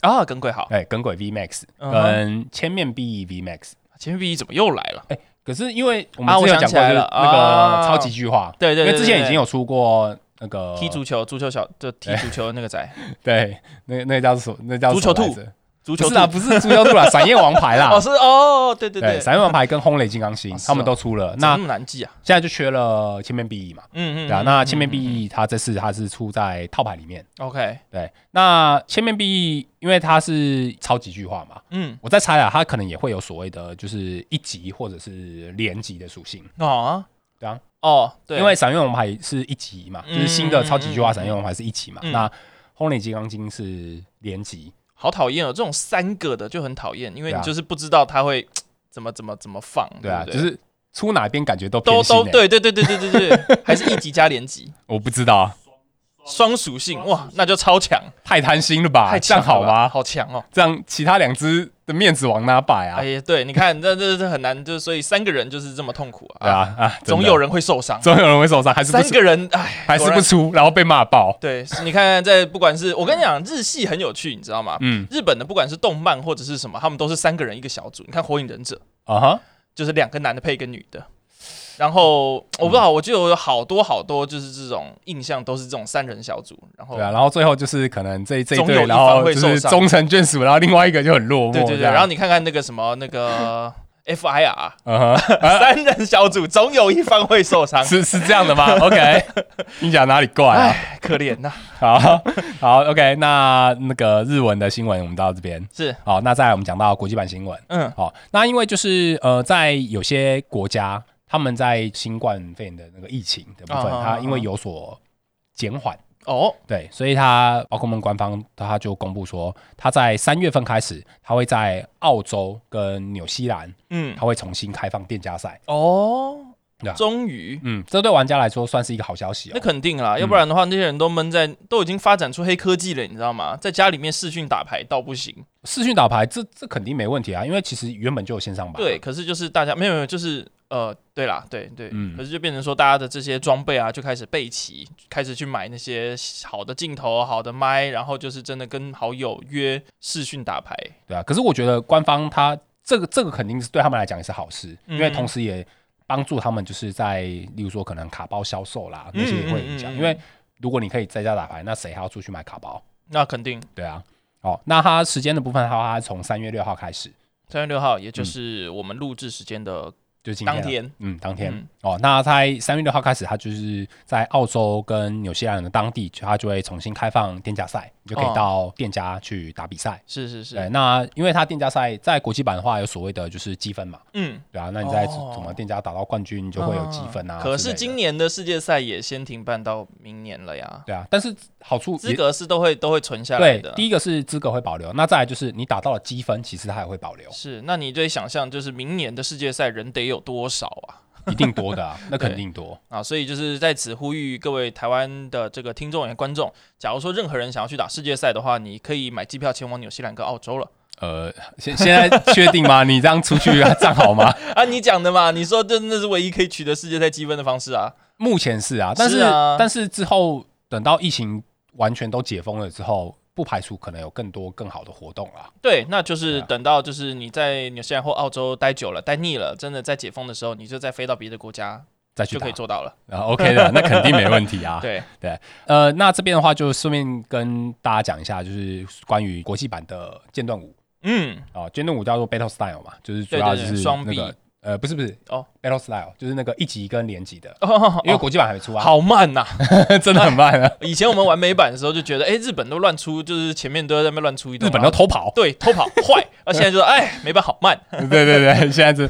[SPEAKER 1] 啊，耿鬼好，
[SPEAKER 2] 对，耿鬼 V Max
[SPEAKER 1] 嗯哼
[SPEAKER 2] 跟千面 B V Max。
[SPEAKER 1] 前面 B 怎么又来了？
[SPEAKER 2] 可是因为我们
[SPEAKER 1] 啊
[SPEAKER 2] 之
[SPEAKER 1] 我
[SPEAKER 2] 前
[SPEAKER 1] 想
[SPEAKER 2] 有讲
[SPEAKER 1] 起
[SPEAKER 2] 过
[SPEAKER 1] 来
[SPEAKER 2] 就是
[SPEAKER 1] 了
[SPEAKER 2] 那
[SPEAKER 1] 啊
[SPEAKER 2] 个超级巨化，
[SPEAKER 1] 对对
[SPEAKER 2] 因
[SPEAKER 1] 对，
[SPEAKER 2] 为之前已经
[SPEAKER 1] 有
[SPEAKER 2] 有出过那个
[SPEAKER 1] 踢足球，足球小就踢足球的那个
[SPEAKER 2] 哎
[SPEAKER 1] 仔，
[SPEAKER 2] 对，那那叫什么？那叫
[SPEAKER 1] 足球
[SPEAKER 2] 什么来
[SPEAKER 1] 兔
[SPEAKER 2] 着
[SPEAKER 1] 足
[SPEAKER 2] 不
[SPEAKER 1] 球
[SPEAKER 2] 是啊，
[SPEAKER 1] 兔
[SPEAKER 2] 不是足球兔啦，闪夜王牌啦
[SPEAKER 1] 哦。是哦，对对
[SPEAKER 2] 对，
[SPEAKER 1] 怎
[SPEAKER 2] 闪夜王牌跟轰雷金刚星
[SPEAKER 1] 哦是哦
[SPEAKER 2] 他们都出了，
[SPEAKER 1] 么
[SPEAKER 2] 那
[SPEAKER 1] 那么难记啊？
[SPEAKER 2] 现在就缺了千面 B E 嘛。
[SPEAKER 1] 嗯嗯，
[SPEAKER 2] 对啊，
[SPEAKER 1] 嗯
[SPEAKER 2] 那
[SPEAKER 1] 嗯
[SPEAKER 2] 千面
[SPEAKER 1] 嗯
[SPEAKER 2] B E 它这次它是出在套牌里面。
[SPEAKER 1] OK，
[SPEAKER 2] 对，那千面 B E 因为它是超级巨化嘛，
[SPEAKER 1] 嗯，
[SPEAKER 2] 我在猜啊，它可能也会有所谓的就是一级或者是连级的属性。
[SPEAKER 1] 哦啊，
[SPEAKER 2] 对啊，
[SPEAKER 1] 哦对，
[SPEAKER 2] 因为闪电王牌是一级嘛，就是新的超级巨
[SPEAKER 1] 嗯嗯
[SPEAKER 2] 化
[SPEAKER 1] 嗯
[SPEAKER 2] 闪电王牌是一级嘛，
[SPEAKER 1] 嗯
[SPEAKER 2] 那轰雷金刚金是连级。
[SPEAKER 1] 好讨厌哦，这种三个的就很讨厌，因为
[SPEAKER 2] 对
[SPEAKER 1] 你
[SPEAKER 2] 啊
[SPEAKER 1] 就是不知道他会怎么怎么怎么放，
[SPEAKER 2] 对啊，
[SPEAKER 1] 不
[SPEAKER 2] 就是出哪边感觉都
[SPEAKER 1] 嗯都
[SPEAKER 2] 偏心
[SPEAKER 1] 都
[SPEAKER 2] 欸，
[SPEAKER 1] 对对对对对对对，还是一级加连级，
[SPEAKER 2] 我不知道啊，
[SPEAKER 1] 双属性哇，那就超强，
[SPEAKER 2] 太贪心了吧？
[SPEAKER 1] 太
[SPEAKER 2] 啊这
[SPEAKER 1] 强
[SPEAKER 2] 样
[SPEAKER 1] 了
[SPEAKER 2] 好
[SPEAKER 1] 吧
[SPEAKER 2] 吗？
[SPEAKER 1] 好强哦！
[SPEAKER 2] 这样其他两只的面子往哪摆啊
[SPEAKER 1] 哎？呀，对，你看这这这很难，就是所以三个人就是这么痛苦
[SPEAKER 2] 对
[SPEAKER 1] 啊，
[SPEAKER 2] 啊啊，
[SPEAKER 1] 总
[SPEAKER 2] 真的
[SPEAKER 1] 有人会受伤，
[SPEAKER 2] 总有人会受伤，还是不
[SPEAKER 1] 三
[SPEAKER 2] 出
[SPEAKER 1] 个人哎，
[SPEAKER 2] 还是
[SPEAKER 1] 果
[SPEAKER 2] 不
[SPEAKER 1] 然
[SPEAKER 2] 出，然后被骂爆。
[SPEAKER 1] 对，是你看在不管是我跟你讲，日系很有趣，你知道吗？
[SPEAKER 2] 嗯
[SPEAKER 1] 日本的不管是动漫或者是什么，他们都是三个人一个小组。你看《火影忍者》，
[SPEAKER 2] 啊哈，
[SPEAKER 1] 就是两个男的配一个女的。然后我不知道，我就有好多好多就是这种印象都是这种三人小组，然后
[SPEAKER 2] 对啊，然后最后就是可能这这一
[SPEAKER 1] 哦总有
[SPEAKER 2] 对，
[SPEAKER 1] 一
[SPEAKER 2] 然
[SPEAKER 1] 方
[SPEAKER 2] 后
[SPEAKER 1] 会
[SPEAKER 2] 就
[SPEAKER 1] 受
[SPEAKER 2] 是
[SPEAKER 1] 伤
[SPEAKER 2] 终成眷属，然后另外一个就很落寞
[SPEAKER 1] 对
[SPEAKER 2] 这样。
[SPEAKER 1] 对对，然后你看看那个什么 那个 FIR
[SPEAKER 2] 嗯哼，
[SPEAKER 1] 三人小组，总有一方会受伤，
[SPEAKER 2] 是是这样的 吗？OK，你讲哪里怪啊？
[SPEAKER 1] 哎，可怜呐、
[SPEAKER 2] 好好，OK，那那个日文的新闻我们到这边。
[SPEAKER 1] 是，
[SPEAKER 2] 好，那再来我们讲到国际版新闻。
[SPEAKER 1] 嗯，
[SPEAKER 2] 好，那因为就是呃，在有些国家，他们在新冠肺炎的那个疫情的部分，
[SPEAKER 1] 啊
[SPEAKER 2] 它因为有所减缓，
[SPEAKER 1] 哦，
[SPEAKER 2] 对，所以它宝可梦官方它就公布说，它在三月份开始，它会在澳洲跟纽西兰，
[SPEAKER 1] 嗯，
[SPEAKER 2] 它会重新开放店家赛。
[SPEAKER 1] 哦
[SPEAKER 2] 对啊，
[SPEAKER 1] 终于，
[SPEAKER 2] 嗯，这对玩家来说算是一个好消息
[SPEAKER 1] 那
[SPEAKER 2] 哦。
[SPEAKER 1] 肯定啦，要不然的话，那些人都闷在，都已经发展出黑科技了，你知道吗？在家里面视讯打牌倒不行，
[SPEAKER 2] 视讯打牌这这肯定没问题啊，因为其实原本就有线上版。
[SPEAKER 1] 对，，可是就是大家没有没有，就是呃，对啦，对对，
[SPEAKER 2] 嗯
[SPEAKER 1] 可是就变成说大家的这些装备啊，就开始备齐，开始去买那些好的镜头、好的麦，然后就是真的跟好友约视讯打牌，
[SPEAKER 2] 对啊。可是我觉得官方它这个这个肯定是对他们来讲也是好事，
[SPEAKER 1] 嗯
[SPEAKER 2] 因为同时也帮助他们就是在例如说可能卡包销售啦那些也会影
[SPEAKER 1] 嗯嗯
[SPEAKER 2] 响，
[SPEAKER 1] 嗯嗯
[SPEAKER 2] 因为如果你可以在家打牌，那谁还要出去买卡包？
[SPEAKER 1] 那肯定。
[SPEAKER 2] 对啊。哦，那它时间的部分的话，它从三月六号开始，
[SPEAKER 1] 三月六号，也就是我们录制时间的
[SPEAKER 2] 就是嗯今天啊
[SPEAKER 1] 当，天。
[SPEAKER 2] 嗯，当天、
[SPEAKER 1] 嗯
[SPEAKER 2] 哦。那在三月六号开始，它就是在澳洲跟纽西兰的当地，它就会重新开放店家赛，你就可
[SPEAKER 1] 哦
[SPEAKER 2] 以到店家去打比赛。
[SPEAKER 1] 是是是
[SPEAKER 2] 对，，那因为它店家赛在国际版的话，有所谓的就是积分嘛，
[SPEAKER 1] 嗯，
[SPEAKER 2] 对啊，那你在
[SPEAKER 1] 哦嗯
[SPEAKER 2] 什么店家打到冠军，你就会有积分啊之类的。
[SPEAKER 1] 可是今年的世界赛也先停办到明年了呀，
[SPEAKER 2] 对啊，但是好处
[SPEAKER 1] 资
[SPEAKER 2] 也
[SPEAKER 1] 格是都会都会存下来
[SPEAKER 2] 对
[SPEAKER 1] 的，。
[SPEAKER 2] 第一个是资格会保留，那再来就是你打到了积分，其实它也会保 留，
[SPEAKER 1] 是，那你对想象就是明年的世界赛人得有多少啊？
[SPEAKER 2] 一定多的啊，那肯定多。
[SPEAKER 1] 啊，所以就是在此呼吁各位台湾的这个听众也观众，假如说任何人想要去打世界赛的话，你可以买机票前往纽西兰跟澳洲了。
[SPEAKER 2] 呃，现现在确定吗？你这样出去这样 好吗？
[SPEAKER 1] 啊，你讲的嘛，你说这那是唯一可以取得世界赛积分的方式啊。
[SPEAKER 2] 目前是啊，但是
[SPEAKER 1] 是啊
[SPEAKER 2] 但是之后等到疫情完全都解封了之后，不排除可能有更多更好的活动啦。
[SPEAKER 1] 对，那就是
[SPEAKER 2] 对啊
[SPEAKER 1] 等到就是你在纽西兰或澳洲待久了，待腻了，真的在解封的时候，你就再飞到别的国家
[SPEAKER 2] 再去
[SPEAKER 1] 就可以
[SPEAKER 2] 打
[SPEAKER 1] 做到了。
[SPEAKER 2] 啊，OK 的，那肯定没问题 啊。
[SPEAKER 1] 对，
[SPEAKER 2] 呃，那这边的话，就顺便跟大家讲一下，就是关于国际版的剑盾五
[SPEAKER 1] 嗯，
[SPEAKER 2] 啊，剑盾五叫做 Battle Style 嘛，就是主
[SPEAKER 1] 对
[SPEAKER 2] 要就
[SPEAKER 1] 对对
[SPEAKER 2] 是
[SPEAKER 1] 双
[SPEAKER 2] 那个
[SPEAKER 1] 臂
[SPEAKER 2] 呃，不是不是
[SPEAKER 1] 哦
[SPEAKER 2] ，Battle Style 就是那个一级跟连级的，
[SPEAKER 1] 哦
[SPEAKER 2] 因为国际版还没出
[SPEAKER 1] 哦
[SPEAKER 2] 啊，
[SPEAKER 1] 好慢呐、
[SPEAKER 2] 真的很慢 啊，
[SPEAKER 1] 以前我们玩美版的时候就觉得，哎，日本都乱出，就是前面都在那边乱出一通
[SPEAKER 2] 日
[SPEAKER 1] 啊，，
[SPEAKER 2] 本都偷跑
[SPEAKER 1] 对偷跑坏，而现在就说，哎，美版好慢。
[SPEAKER 2] 对对对，现在是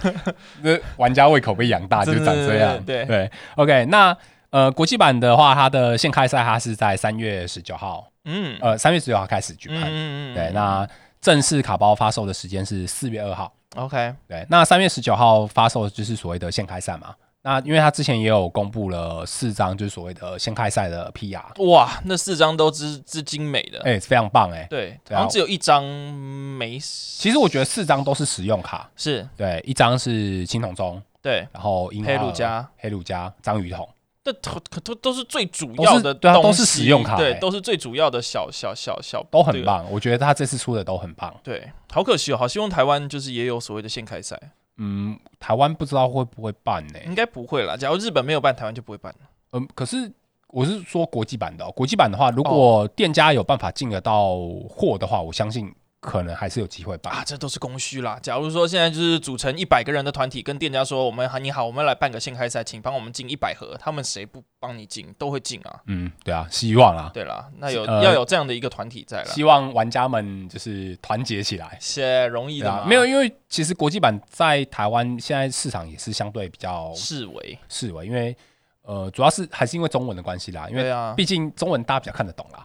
[SPEAKER 2] 这玩家胃口被养 大，就
[SPEAKER 1] 真
[SPEAKER 2] 长
[SPEAKER 1] 的
[SPEAKER 2] 这样。
[SPEAKER 1] 对
[SPEAKER 2] 对，OK，那呃，国际版的话，它的现开赛它是在三月十九号，
[SPEAKER 1] 嗯，
[SPEAKER 2] 呃，三月十九号开始举
[SPEAKER 1] 嗯
[SPEAKER 2] 办，
[SPEAKER 1] 嗯
[SPEAKER 2] 对，那正式卡包发售的时间是四月二号。
[SPEAKER 1] OK，
[SPEAKER 2] 对，那三月十九号发售就是所谓的现开赛嘛。那因为它之前也有公布了四张，就是所谓的现开赛的 PR，
[SPEAKER 1] 哇，那四张都之之精美的，
[SPEAKER 2] 哎、非常棒哎、
[SPEAKER 1] 对，
[SPEAKER 2] 对
[SPEAKER 1] 好
[SPEAKER 2] 啊
[SPEAKER 1] 像只有一张没是，
[SPEAKER 2] 其实我觉得四张都是实用卡，
[SPEAKER 1] 是
[SPEAKER 2] 对，一张是青铜钟，
[SPEAKER 1] 对，
[SPEAKER 2] 然后樱花
[SPEAKER 1] 黑
[SPEAKER 2] 耳
[SPEAKER 1] 鲁加、
[SPEAKER 2] 黑鲁加、章鱼桶，
[SPEAKER 1] 这都都都是最主要的
[SPEAKER 2] 都是对啊
[SPEAKER 1] 东西
[SPEAKER 2] 都是使用卡
[SPEAKER 1] 对，
[SPEAKER 2] 欸
[SPEAKER 1] 都是最主要的小小小小，
[SPEAKER 2] 都很棒。我觉得他这次出的都很棒。
[SPEAKER 1] 对。对，好可惜哦，好希望台湾就是也有所谓的限开赛，
[SPEAKER 2] 嗯，台湾不知道会不会办呢、
[SPEAKER 1] 应该不会啦。假如日本没有办，台湾就不会办了。
[SPEAKER 2] 嗯，可是我是说国际版的、哦，国际版的话，如果
[SPEAKER 1] 哦
[SPEAKER 2] 店家有办法进得到货的话，我相信可能还是有机会办。
[SPEAKER 1] 啊，这都是供需啦。假如说现在就是组成一百个人的团体，跟店家说我们喊你好，我们来办个限开赛，请帮我们进一百盒，他们谁不帮你进都会进啊。
[SPEAKER 2] 嗯，对啊，希望啦，
[SPEAKER 1] 对啦，那有、
[SPEAKER 2] 呃
[SPEAKER 1] 要有这样的一个团体在啦，
[SPEAKER 2] 希望玩家们就是团结起来。
[SPEAKER 1] 些容易
[SPEAKER 2] 对
[SPEAKER 1] 的
[SPEAKER 2] 啊
[SPEAKER 1] 嘛，，
[SPEAKER 2] 没有，因为其实国际版在台湾现在市场也是相对比较
[SPEAKER 1] 视为，
[SPEAKER 2] 视为，因为呃，主要是还是因为中文的关系啦，因
[SPEAKER 1] 对
[SPEAKER 2] 为
[SPEAKER 1] 啊，
[SPEAKER 2] 毕竟中文大家比较看得懂啦。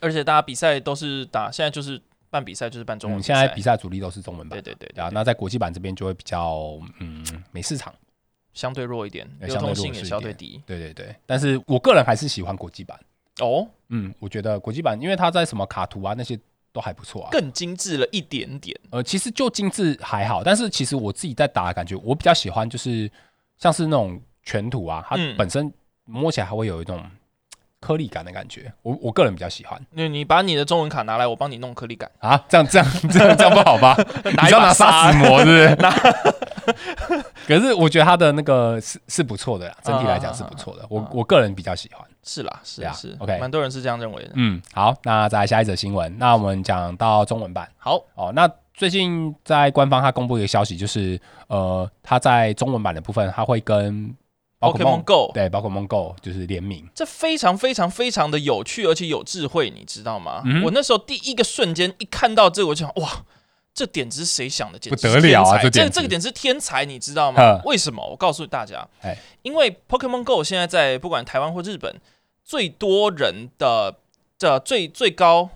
[SPEAKER 1] 而且大家比赛都是打，现在就是办比赛就是办中文
[SPEAKER 2] 嗯
[SPEAKER 1] 比
[SPEAKER 2] 现
[SPEAKER 1] 赛、
[SPEAKER 2] 在比赛主力都是中文版
[SPEAKER 1] 对，对对
[SPEAKER 2] 对啊
[SPEAKER 1] 对，，
[SPEAKER 2] 那在国际版这边就会比较嗯没市场，
[SPEAKER 1] 相对弱一点，
[SPEAKER 2] 对
[SPEAKER 1] 流通性也相
[SPEAKER 2] 哎相对弱势
[SPEAKER 1] 对
[SPEAKER 2] 一点
[SPEAKER 1] 低。
[SPEAKER 2] 对对对。但是我个人还是喜欢国际版，
[SPEAKER 1] 哦，
[SPEAKER 2] 嗯，我觉得国际版因为它在什么卡图啊那些都还不错啊。
[SPEAKER 1] 更精致了一点点。
[SPEAKER 2] 呃，其实就精致还好，但是其实我自己在打的感觉，我比较喜欢就是像是那种全土啊，它
[SPEAKER 1] 嗯
[SPEAKER 2] 本身摸起来还会有一种颗粒感的感觉，我我个人比较喜欢
[SPEAKER 1] 那你把你的中文卡拿来，我帮你弄颗粒感。
[SPEAKER 2] 啊。这样这样这样这样不好吧？你
[SPEAKER 1] 拿一
[SPEAKER 2] 知道拿
[SPEAKER 1] 把
[SPEAKER 2] 杀
[SPEAKER 1] 沙
[SPEAKER 2] 死魔是不是？ 可是我觉得它的那个是是不错的啦，整体来
[SPEAKER 1] 啊
[SPEAKER 2] 讲是不错的，我我个人比较喜欢。
[SPEAKER 1] 是啦，是
[SPEAKER 2] 对啊
[SPEAKER 1] 是
[SPEAKER 2] OK
[SPEAKER 1] 蛮多人是这样认为的。
[SPEAKER 2] 嗯，好，那再来下一则新闻，那我们讲到中文版。
[SPEAKER 1] 好，
[SPEAKER 2] 哦，那最近在官方它公布一个消息，就是呃，它在中文版的部分，它会跟宝可
[SPEAKER 1] Pokemon
[SPEAKER 2] 梦
[SPEAKER 1] Go
[SPEAKER 2] 对宝可梦 Go 就是联名，
[SPEAKER 1] 这非常非常非常的有趣，而且有智慧，你知道吗？
[SPEAKER 2] 嗯
[SPEAKER 1] 我那时候第一个瞬间一看到这个，我就想，哇，这点子是谁想的？简直
[SPEAKER 2] 不得了啊
[SPEAKER 1] 是天才这
[SPEAKER 2] 这点子
[SPEAKER 1] 这个点子是天才，你知道吗
[SPEAKER 2] 呵？
[SPEAKER 1] 为什么？我告诉大家
[SPEAKER 2] 哎，
[SPEAKER 1] 因为 Pokemon Go 现在在不管台湾或日本，最多人的的最最高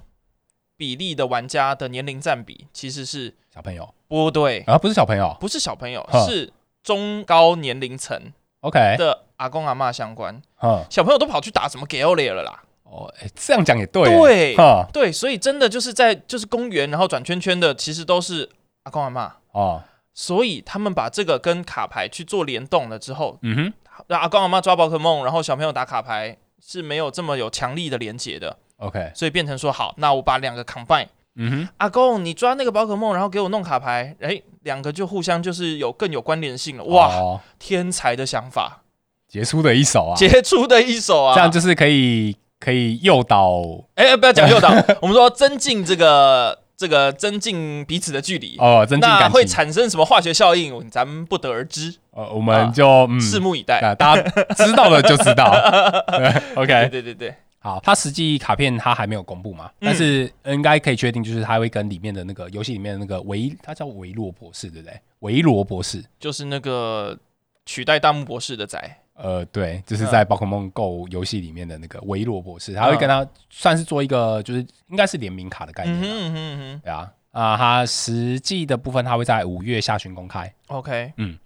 [SPEAKER 1] 比例的玩家的年龄占比其实是
[SPEAKER 2] 小朋友
[SPEAKER 1] 波对，
[SPEAKER 2] 啊，不是小朋友
[SPEAKER 1] 不是小朋友，
[SPEAKER 2] 呵
[SPEAKER 1] 是中高年龄层
[SPEAKER 2] ，OK，
[SPEAKER 1] 的阿公阿嬷相关。
[SPEAKER 2] 嗯，
[SPEAKER 1] 小朋友都跑去打什么 g a l e 了啦。
[SPEAKER 2] 哦，哎，这样讲也对，
[SPEAKER 1] 对
[SPEAKER 2] 哈，
[SPEAKER 1] 对，所以真的就是在就是公园，然后转圈圈的，其实都是阿公阿嬷。
[SPEAKER 2] 哦，
[SPEAKER 1] 所以他们把这个跟卡牌去做联动了之后，
[SPEAKER 2] 嗯哼
[SPEAKER 1] 让阿公阿嬷抓宝可梦，然后小朋友打卡牌是没有这么有强力的连接的，
[SPEAKER 2] ，OK，
[SPEAKER 1] 所以变成说好，那我把两个 combine，
[SPEAKER 2] 嗯哼，
[SPEAKER 1] 阿公你抓那个宝可梦，然后给我弄卡牌，哎，两个就互相就是有更有关联性了。哇，
[SPEAKER 2] 哦，
[SPEAKER 1] 天才的想法，
[SPEAKER 2] 杰出的一手啊，
[SPEAKER 1] 杰出的一手啊！
[SPEAKER 2] 这样就是可以可以诱导
[SPEAKER 1] 哎，不要讲 诱导，我们说增进这个这个增进彼此的距离。
[SPEAKER 2] 哦，增进
[SPEAKER 1] 那
[SPEAKER 2] 感
[SPEAKER 1] 会
[SPEAKER 2] 情，
[SPEAKER 1] 产生什么化学效应，咱们不得而知，
[SPEAKER 2] 呃，我们就嗯，
[SPEAKER 1] 拭目以待。
[SPEAKER 2] 啊大家知道了就知 道对，OK，
[SPEAKER 1] 对对嗯对对，
[SPEAKER 2] 好，它实际卡片它还没有公布嘛，但是应该可以确定，就是它会跟里面的那个游戏里面的那个维，它叫维洛博士，对不对？维罗博士，
[SPEAKER 1] 就是那个取代大木博士的仔，
[SPEAKER 2] 呃，对，就是在宝可梦 Go 游戏里面的那个维洛博
[SPEAKER 1] 啊
[SPEAKER 2] 士，他会跟他算是做一个，就是应该是联名卡的概
[SPEAKER 1] 嗯
[SPEAKER 2] 念
[SPEAKER 1] 哼
[SPEAKER 2] 啊、
[SPEAKER 1] 嗯哼嗯
[SPEAKER 2] 对啊。啊，它实际的部分它会在五月下旬公开，
[SPEAKER 1] 哼，OK，
[SPEAKER 2] 嗯，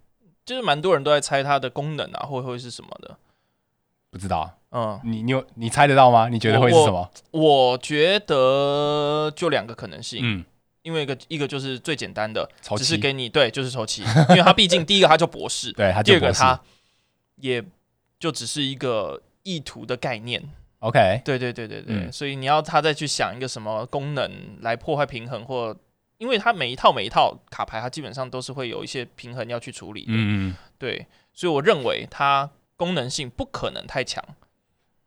[SPEAKER 1] 就是蛮多人都在猜它的功能啊，会会是什么的。
[SPEAKER 2] 不知道
[SPEAKER 1] 嗯，
[SPEAKER 2] 你你有你猜得到吗？你觉得会是什么？
[SPEAKER 1] 我觉得就两个可能性，
[SPEAKER 2] 嗯，
[SPEAKER 1] 因为一个一个就是最简单的，
[SPEAKER 2] 抽
[SPEAKER 1] 只是
[SPEAKER 2] 七，
[SPEAKER 1] 给你对，就是抽气，因为他毕竟第一个他叫博士，
[SPEAKER 2] 对，它
[SPEAKER 1] 第
[SPEAKER 2] 就
[SPEAKER 1] 二个
[SPEAKER 2] 博士
[SPEAKER 1] 他也就只是一个意图的概念，
[SPEAKER 2] OK，
[SPEAKER 1] 对对对对对，
[SPEAKER 2] 嗯
[SPEAKER 1] 所以你要他再去想一个什么功能来破坏平衡，或因为它每一套每一套卡牌，它基本上都是会有一些平衡要去处理的。
[SPEAKER 2] 嗯，嗯
[SPEAKER 1] 对，所以我认为它功能性不可能太强。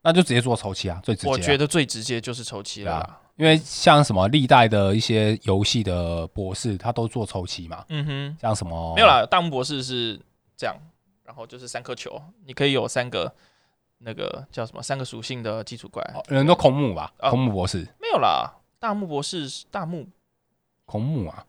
[SPEAKER 2] 那就直接做抽漆啊，最直接啊、
[SPEAKER 1] 我觉得最直接就是抽七了啦。
[SPEAKER 2] 因为像什么历代的一些游戏的博士，他都做抽漆嘛，
[SPEAKER 1] 嗯哼，
[SPEAKER 2] 像什么
[SPEAKER 1] 没有，啦，大木博士是这样，然后就是三颗球，你可以有三个那个叫什么三个属性的基础怪。
[SPEAKER 2] 哦人都空木吧，
[SPEAKER 1] 啊
[SPEAKER 2] 空木博士，
[SPEAKER 1] 没有啦，大木博士是大木
[SPEAKER 2] 空木啊，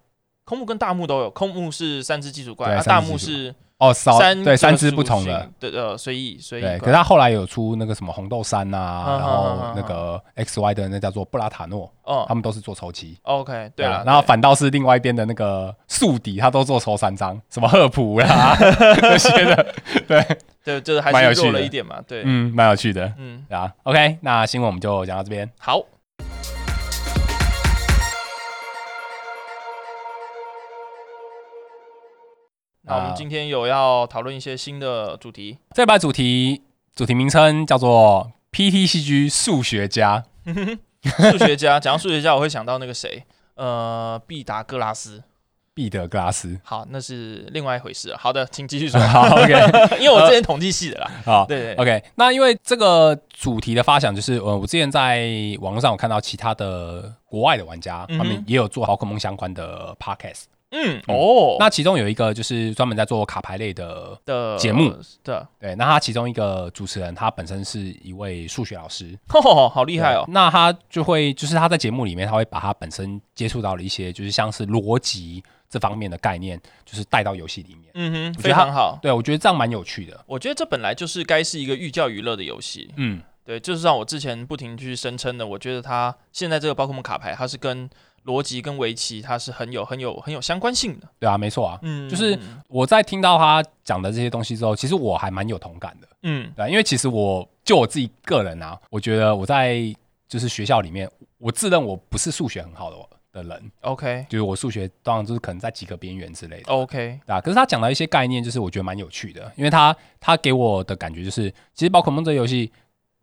[SPEAKER 1] 空木跟大木都有，空木是三只基础怪，
[SPEAKER 2] 对
[SPEAKER 1] 啊、
[SPEAKER 2] 三
[SPEAKER 1] 大
[SPEAKER 2] 只
[SPEAKER 1] 木
[SPEAKER 2] 基础
[SPEAKER 1] 是
[SPEAKER 2] 哦，少
[SPEAKER 1] 三
[SPEAKER 2] 对
[SPEAKER 1] 个
[SPEAKER 2] 三只不
[SPEAKER 1] 属
[SPEAKER 2] 同
[SPEAKER 1] 性
[SPEAKER 2] 的，，
[SPEAKER 1] 对呃，随意随意怪。
[SPEAKER 2] 对，可是他后来有出那个什么红豆杉呐、
[SPEAKER 1] 嗯
[SPEAKER 2] 然后那个 X Y 的那叫做布拉塔诺，他
[SPEAKER 1] 哦
[SPEAKER 2] 们都是做抽漆。
[SPEAKER 1] ，OK，对
[SPEAKER 2] 啊
[SPEAKER 1] 了，
[SPEAKER 2] 然后反倒是另外一边的那个宿敌，他都做抽三张，什么赫 普啦这些的，
[SPEAKER 1] 对，就是还
[SPEAKER 2] 蛮有
[SPEAKER 1] 是
[SPEAKER 2] 趣
[SPEAKER 1] 弱了
[SPEAKER 2] 的
[SPEAKER 1] 一点嘛，对，
[SPEAKER 2] 嗯，蛮有趣的，
[SPEAKER 1] 嗯，
[SPEAKER 2] 对啊。OK，那新闻我们就讲到这边。
[SPEAKER 1] 好，那我们
[SPEAKER 2] 啊
[SPEAKER 1] 今天有要讨论一些新的主题，
[SPEAKER 2] 这把主题主题名称叫做 PTCG 数学家，
[SPEAKER 1] 数学家。讲到数学家，我会想到那个谁，呃，毕达哥拉斯。
[SPEAKER 2] 毕德格拉斯。，
[SPEAKER 1] 好，那是另外一回事了。好的，请继续说
[SPEAKER 2] 好，OK，呃
[SPEAKER 1] 因为我之前统计系的啦。
[SPEAKER 2] 好，
[SPEAKER 1] 对对对
[SPEAKER 2] OK，那因为这个主题的发想就是，呃，我之前在网络上有看到其他的国外的玩家，
[SPEAKER 1] 嗯哼
[SPEAKER 2] 他们也有做宝可梦相关的 podcast。
[SPEAKER 1] 嗯，哦，
[SPEAKER 2] 那其中有一个就是专门在做卡牌类的，
[SPEAKER 1] 的
[SPEAKER 2] 节目
[SPEAKER 1] 的，
[SPEAKER 2] 对，那他其中一个主持人，他本身是一位数学老师，
[SPEAKER 1] 哦， 好厉害哦
[SPEAKER 2] 对。那他就会，就是他在节目里面，他会把他本身接触到的一些，就是像是逻辑这方面的概念，就是带到游戏里面。
[SPEAKER 1] 嗯哼，
[SPEAKER 2] 我觉
[SPEAKER 1] 非
[SPEAKER 2] 得他
[SPEAKER 1] 常好。
[SPEAKER 2] 对，我觉得这样蛮有趣的。
[SPEAKER 1] 我觉得这本来就是该是一个寓教于乐的游戏。
[SPEAKER 2] 嗯，
[SPEAKER 1] 对，就是让我之前不停去声称的，我觉得它现在这个宝可梦卡牌，它是跟逻辑跟围棋，它是很有很有很有相关性的。
[SPEAKER 2] 对啊，没错啊。
[SPEAKER 1] 嗯
[SPEAKER 2] 就是我在听到他讲的这些东西之后，其实我还蛮有同感的。
[SPEAKER 1] 嗯
[SPEAKER 2] 对啊、因为其实我就我自己个人啊，我觉得我在就是学校里面，我自认我不是数学很好的的人，
[SPEAKER 1] ，OK
[SPEAKER 2] 就是我数学当然就是可能在及格边缘之类的。
[SPEAKER 1] OK，
[SPEAKER 2] 对啊，可是他讲到一些概念，就是我觉得蛮有趣的，因为他他给我的感觉就是，其实宝可梦这个游戏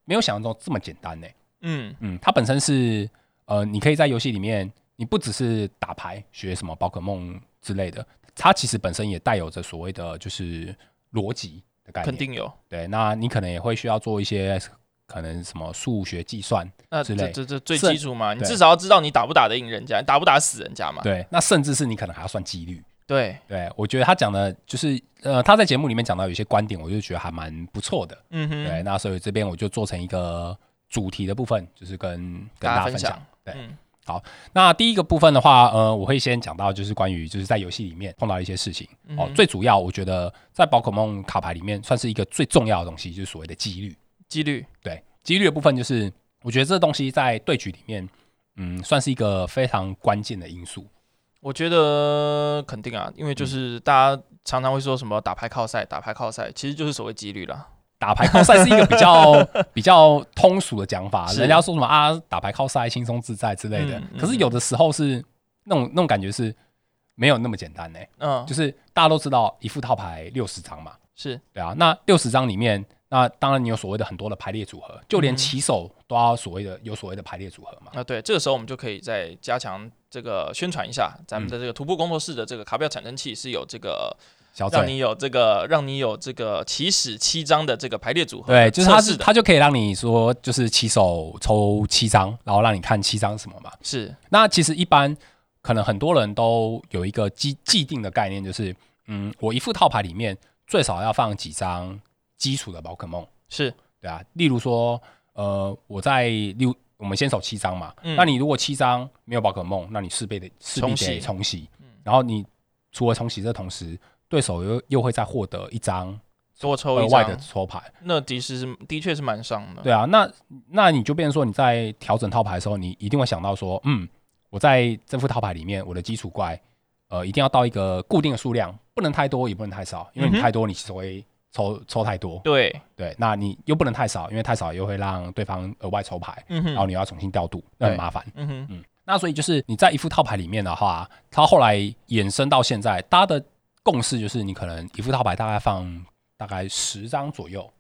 [SPEAKER 2] 没有想象中这么简单呢、
[SPEAKER 1] 嗯
[SPEAKER 2] 嗯，它本身是呃，你可以在游戏里面，你不只是打牌学什么宝可梦之类的，它其实本身也带有着所谓的就是逻辑的概念。
[SPEAKER 1] 肯定有。
[SPEAKER 2] 对，那你可能也会需要做一些可能什么数学计算，
[SPEAKER 1] 那
[SPEAKER 2] 之
[SPEAKER 1] 这
[SPEAKER 2] 类
[SPEAKER 1] 这这最
[SPEAKER 2] 甚
[SPEAKER 1] 基础嘛，你
[SPEAKER 2] 对
[SPEAKER 1] 至少要知道你打不打得赢人家，打不打死人家嘛。
[SPEAKER 2] 对，那甚至是你可能还要算几率。
[SPEAKER 1] 对，
[SPEAKER 2] 对，我觉得他讲的就是，呃，他在节目里面讲到有一些观点，我就觉得还蛮不错的。
[SPEAKER 1] 嗯
[SPEAKER 2] 对，
[SPEAKER 1] 哼，
[SPEAKER 2] 那所以这边我就做成一个主题的部分，就是跟跟
[SPEAKER 1] 大家
[SPEAKER 2] 大家分
[SPEAKER 1] 分
[SPEAKER 2] 享
[SPEAKER 1] 享。
[SPEAKER 2] 对，
[SPEAKER 1] 嗯
[SPEAKER 2] 那第一个部分的话，呃，我会先讲到就是关于就是在游戏里面碰到一些事情、
[SPEAKER 1] 嗯
[SPEAKER 2] 哦
[SPEAKER 1] 哼。
[SPEAKER 2] 最主要我觉得在宝可梦卡牌里面算是一个最重要的东西，就是所谓的几率。
[SPEAKER 1] 几率，
[SPEAKER 2] 对，几率的部分就是我觉得这东西在对局里面，嗯，算是一个非常关键的因素。
[SPEAKER 1] 我觉得肯定啊，因为
[SPEAKER 2] 嗯
[SPEAKER 1] 就是大家常常会说什么打牌靠赛，打牌靠赛，其实就是所谓几率啦。
[SPEAKER 2] 打牌靠赛是一个 比较比较通俗的讲法，
[SPEAKER 1] 是
[SPEAKER 2] 人家说什么啊，打牌靠赛轻松自在之类的
[SPEAKER 1] 嗯，嗯
[SPEAKER 2] 可是有的时候是那种那种感觉是没有那么简单呢、
[SPEAKER 1] 嗯，
[SPEAKER 2] 就是大家都知道一副套牌六十张嘛，
[SPEAKER 1] 是
[SPEAKER 2] 对啊，那六十张里面，那当然你有所谓的很多的排列组合，就连
[SPEAKER 1] 嗯
[SPEAKER 2] 棋手都要所谓的有所谓的排列组合嘛。
[SPEAKER 1] 啊，对，这个时候我们就可以再加强这个宣传一下，咱
[SPEAKER 2] 嗯
[SPEAKER 1] 们的这个徒步工作室的这个卡表产生器是有这个
[SPEAKER 2] 小
[SPEAKER 1] 让
[SPEAKER 2] 郑，
[SPEAKER 1] 你有这个让你有这个起始七张的这个排列组合的
[SPEAKER 2] 对，
[SPEAKER 1] 测试的，
[SPEAKER 2] 就是它是它就可以让你说就是棋手抽七张，然后让你看七张什么嘛。
[SPEAKER 1] 是
[SPEAKER 2] 那其实一般可能很多人都有一个既既定的概念，就是嗯，我一副套牌里面最少要放几张基础的宝可梦，
[SPEAKER 1] 是
[SPEAKER 2] 对啊，例如说呃，我在六。我们先手七张嘛，
[SPEAKER 1] 嗯
[SPEAKER 2] 那你如果七张没有宝可梦，那你势必得势必
[SPEAKER 1] 重洗嗯
[SPEAKER 2] 得冲洗，然后你除了冲洗这同时，对手又又会再获得一张
[SPEAKER 1] 多抽
[SPEAKER 2] 额
[SPEAKER 1] 一
[SPEAKER 2] 外的
[SPEAKER 1] 张，
[SPEAKER 2] 抽牌，
[SPEAKER 1] 那的确是的确是蛮伤的。
[SPEAKER 2] 对啊，那那你就变成说你在调整套牌的时候，你一定会想到说，嗯，我在这副套牌里面，我的基础怪，呃，一定要到一个固定的数量，不能太多，也不能太少，因为你
[SPEAKER 1] 嗯哼
[SPEAKER 2] 太多，你其实会抽抽太多。
[SPEAKER 1] 对，
[SPEAKER 2] 对，那你又不能太少，因为太少又会让对方额外抽牌，
[SPEAKER 1] 嗯
[SPEAKER 2] 然后
[SPEAKER 1] 哼，
[SPEAKER 2] 哦你又要重新调度，那很
[SPEAKER 1] 对
[SPEAKER 2] 麻烦。
[SPEAKER 1] 嗯哼，
[SPEAKER 2] 那所以就是你在一副套牌里面的话，它后来衍生到现在，大家的共识就是你可能一副套牌大概放大概十张左右，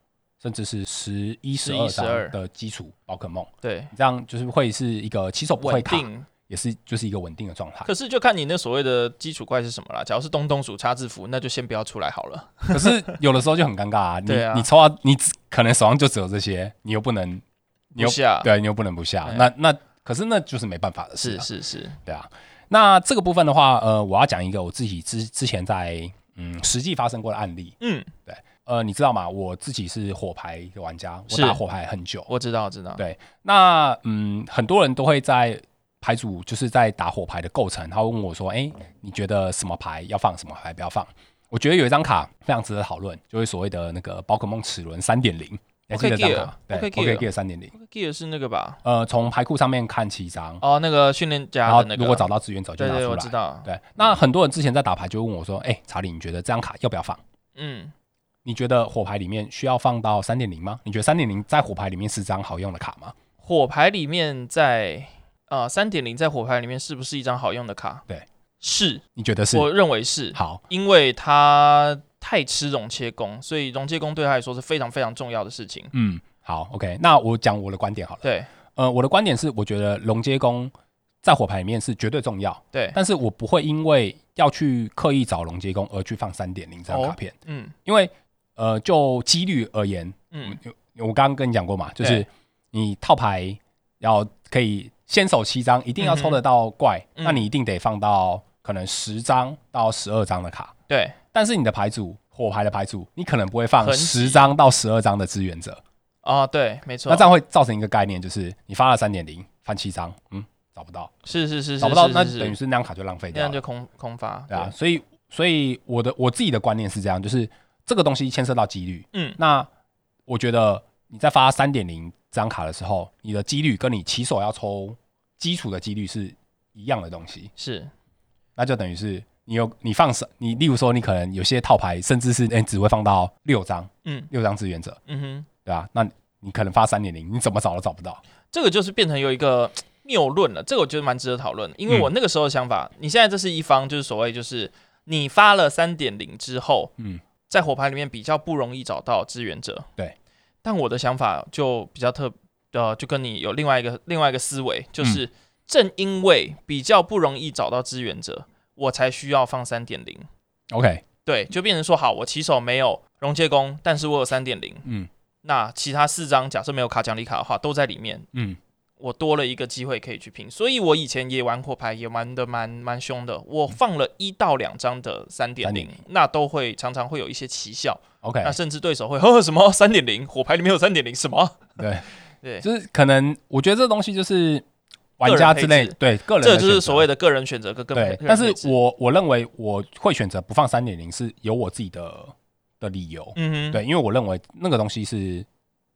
[SPEAKER 2] 甚至是十一、十二
[SPEAKER 1] 11
[SPEAKER 2] 张
[SPEAKER 1] 12
[SPEAKER 2] 的基础宝可梦，
[SPEAKER 1] 对，
[SPEAKER 2] 这样就是会是一个起手不会
[SPEAKER 1] 稳
[SPEAKER 2] 卡，啊
[SPEAKER 1] 定。
[SPEAKER 2] 也是就是一个稳定的状 态。
[SPEAKER 1] 可是就看你那所谓的基础怪是什么啦。假如是东东鼠叉字符，那就先不要出来好了。
[SPEAKER 2] 可是有的时候就很尴尬啊，你
[SPEAKER 1] 对啊
[SPEAKER 2] 你抽到你只可能手上就只有这些，你又不能，你又
[SPEAKER 1] 不下，
[SPEAKER 2] 对，你又不能不下
[SPEAKER 1] 对，
[SPEAKER 2] 那那可是那就是没办法的事、
[SPEAKER 1] 是
[SPEAKER 2] 啊，
[SPEAKER 1] 是是，
[SPEAKER 2] 对啊。那这个部分的话，呃，我要讲一个我自己之之前在嗯实际发生过的案例，
[SPEAKER 1] 嗯，
[SPEAKER 2] 呃，你知道吗？我自己是火牌的玩家，我
[SPEAKER 1] 是
[SPEAKER 2] 打火牌很久，
[SPEAKER 1] 我知道我知道。
[SPEAKER 2] 对那嗯，很多人都会在牌组就是在打火牌的构成，他会问我说：“哎、你觉得什么牌要放，什么牌不要放？”我觉得有一张卡非常值得讨论，就是所谓的那个宝可梦齿轮三点零，你还记得这张卡？对
[SPEAKER 1] OK Gear，OK
[SPEAKER 2] ，OK Gear 三点零。
[SPEAKER 1] Gear 是那个吧？
[SPEAKER 2] 呃，从牌库上面看七张，
[SPEAKER 1] 哦，那个训练
[SPEAKER 2] 然
[SPEAKER 1] 家
[SPEAKER 2] 后
[SPEAKER 1] 的那个。
[SPEAKER 2] 如果找到资源早就
[SPEAKER 1] 对
[SPEAKER 2] 拿
[SPEAKER 1] 对，
[SPEAKER 2] 出
[SPEAKER 1] 我知
[SPEAKER 2] 来。
[SPEAKER 1] 道。
[SPEAKER 2] 对，那很多人之前在打牌就问我说：“哎、查理，你觉得这张卡要不要放？
[SPEAKER 1] 嗯，
[SPEAKER 2] 你觉得火牌里面需要放到三点零吗？你觉得三点零在火牌里面是张好用的卡吗？”
[SPEAKER 1] 火牌里面在啊三点零在火牌里面是不是一张好用的卡？
[SPEAKER 2] 对，
[SPEAKER 1] 是，
[SPEAKER 2] 你觉得是？
[SPEAKER 1] 我认为是，
[SPEAKER 2] 好，
[SPEAKER 1] 因为它太吃溶切工，所以溶切工对他来说是非常非常重要的事情。
[SPEAKER 2] 嗯，好，OK，那我讲我的观点好了。
[SPEAKER 1] 对
[SPEAKER 2] 呃，我的观点是，我觉得龙接工在火牌里面是绝对重要，
[SPEAKER 1] 对，
[SPEAKER 2] 但是我不会因为要去刻意找龙接工而去放三点零这张
[SPEAKER 1] 哦
[SPEAKER 2] 卡片，
[SPEAKER 1] 嗯
[SPEAKER 2] 因为呃，就几率而言，
[SPEAKER 1] 嗯，
[SPEAKER 2] 我刚刚跟你讲过嘛，就是
[SPEAKER 1] 对
[SPEAKER 2] 你套牌要可以先手七张，一定要抽得到怪，
[SPEAKER 1] 嗯
[SPEAKER 2] 那你一定得放到可能十张到十二张的卡，
[SPEAKER 1] 对，
[SPEAKER 2] 但是你的牌组火牌的牌组，你可能不会放
[SPEAKER 1] 很
[SPEAKER 2] 十张到十二张的支援者。
[SPEAKER 1] 哦对，没错
[SPEAKER 2] 那这，样会造成一个概念，就是你发了三点零，翻七张，嗯，找不到，
[SPEAKER 1] 是是是，
[SPEAKER 2] 找不到，
[SPEAKER 1] 是
[SPEAKER 2] 那
[SPEAKER 1] 是是
[SPEAKER 2] 等于是那张卡就浪费
[SPEAKER 1] 那
[SPEAKER 2] 掉
[SPEAKER 1] 样就
[SPEAKER 2] 了，
[SPEAKER 1] 空空发。
[SPEAKER 2] 对啊，所以所以我的我自己的观念是这样，就是这个东西牵涉到几率，
[SPEAKER 1] 嗯
[SPEAKER 2] 那我觉得你在发三点零这张卡的时候，你的几率跟你起手要抽基础的几率是一样的东西，
[SPEAKER 1] 是，
[SPEAKER 2] 那就等于是你有你放手，你例如说你可能有些套牌，甚至是哎只会放到六张，
[SPEAKER 1] 嗯
[SPEAKER 2] 六张志愿者，
[SPEAKER 1] 嗯哼。
[SPEAKER 2] 对吧、那你可能发三点零，你怎么找都找不到，
[SPEAKER 1] 这个就是变成有一个谬论了，这个我觉得蛮值得讨论的，因为我那个时候的想法，你现在这是一方，就是所谓就是你发了三点零之后，
[SPEAKER 2] 嗯。
[SPEAKER 1] 在火牌里面比较不容易找到支援者，
[SPEAKER 2] 对。
[SPEAKER 1] 但我的想法就比较特，呃，就跟你有另外一个另外一个思维，就是正因为比较不容易找到支援者，我才需要放三点零，
[SPEAKER 2] OK，
[SPEAKER 1] 对，就变成说好，我起手没有溶解工，但是我有三点零，
[SPEAKER 2] 嗯
[SPEAKER 1] 那其他四张假设没有卡奖励卡的话，都在里面，
[SPEAKER 2] 嗯，
[SPEAKER 1] 我多了一个机会可以去拼，所以我以前也玩火牌，也玩的蛮蛮凶的。我放了一到两张的三点零
[SPEAKER 2] 3.0，
[SPEAKER 1] 那都会常常会有一些奇效，
[SPEAKER 2] OK，
[SPEAKER 1] 那甚至对手会 呵呵什么三点零，火牌里面有三点零什么？
[SPEAKER 2] 对
[SPEAKER 1] 对，
[SPEAKER 2] 就是可能我觉得这东西就是玩家之
[SPEAKER 1] 个人配
[SPEAKER 2] 类
[SPEAKER 1] 置
[SPEAKER 2] 对个人的
[SPEAKER 1] 这就是
[SPEAKER 2] 选择
[SPEAKER 1] 所谓的个人选择跟个人
[SPEAKER 2] 对
[SPEAKER 1] 配。置。
[SPEAKER 2] 但是我我认为我会选择不放三点零是有我自己的的理由，
[SPEAKER 1] 嗯哼，
[SPEAKER 2] 对，因为我认为那个东西是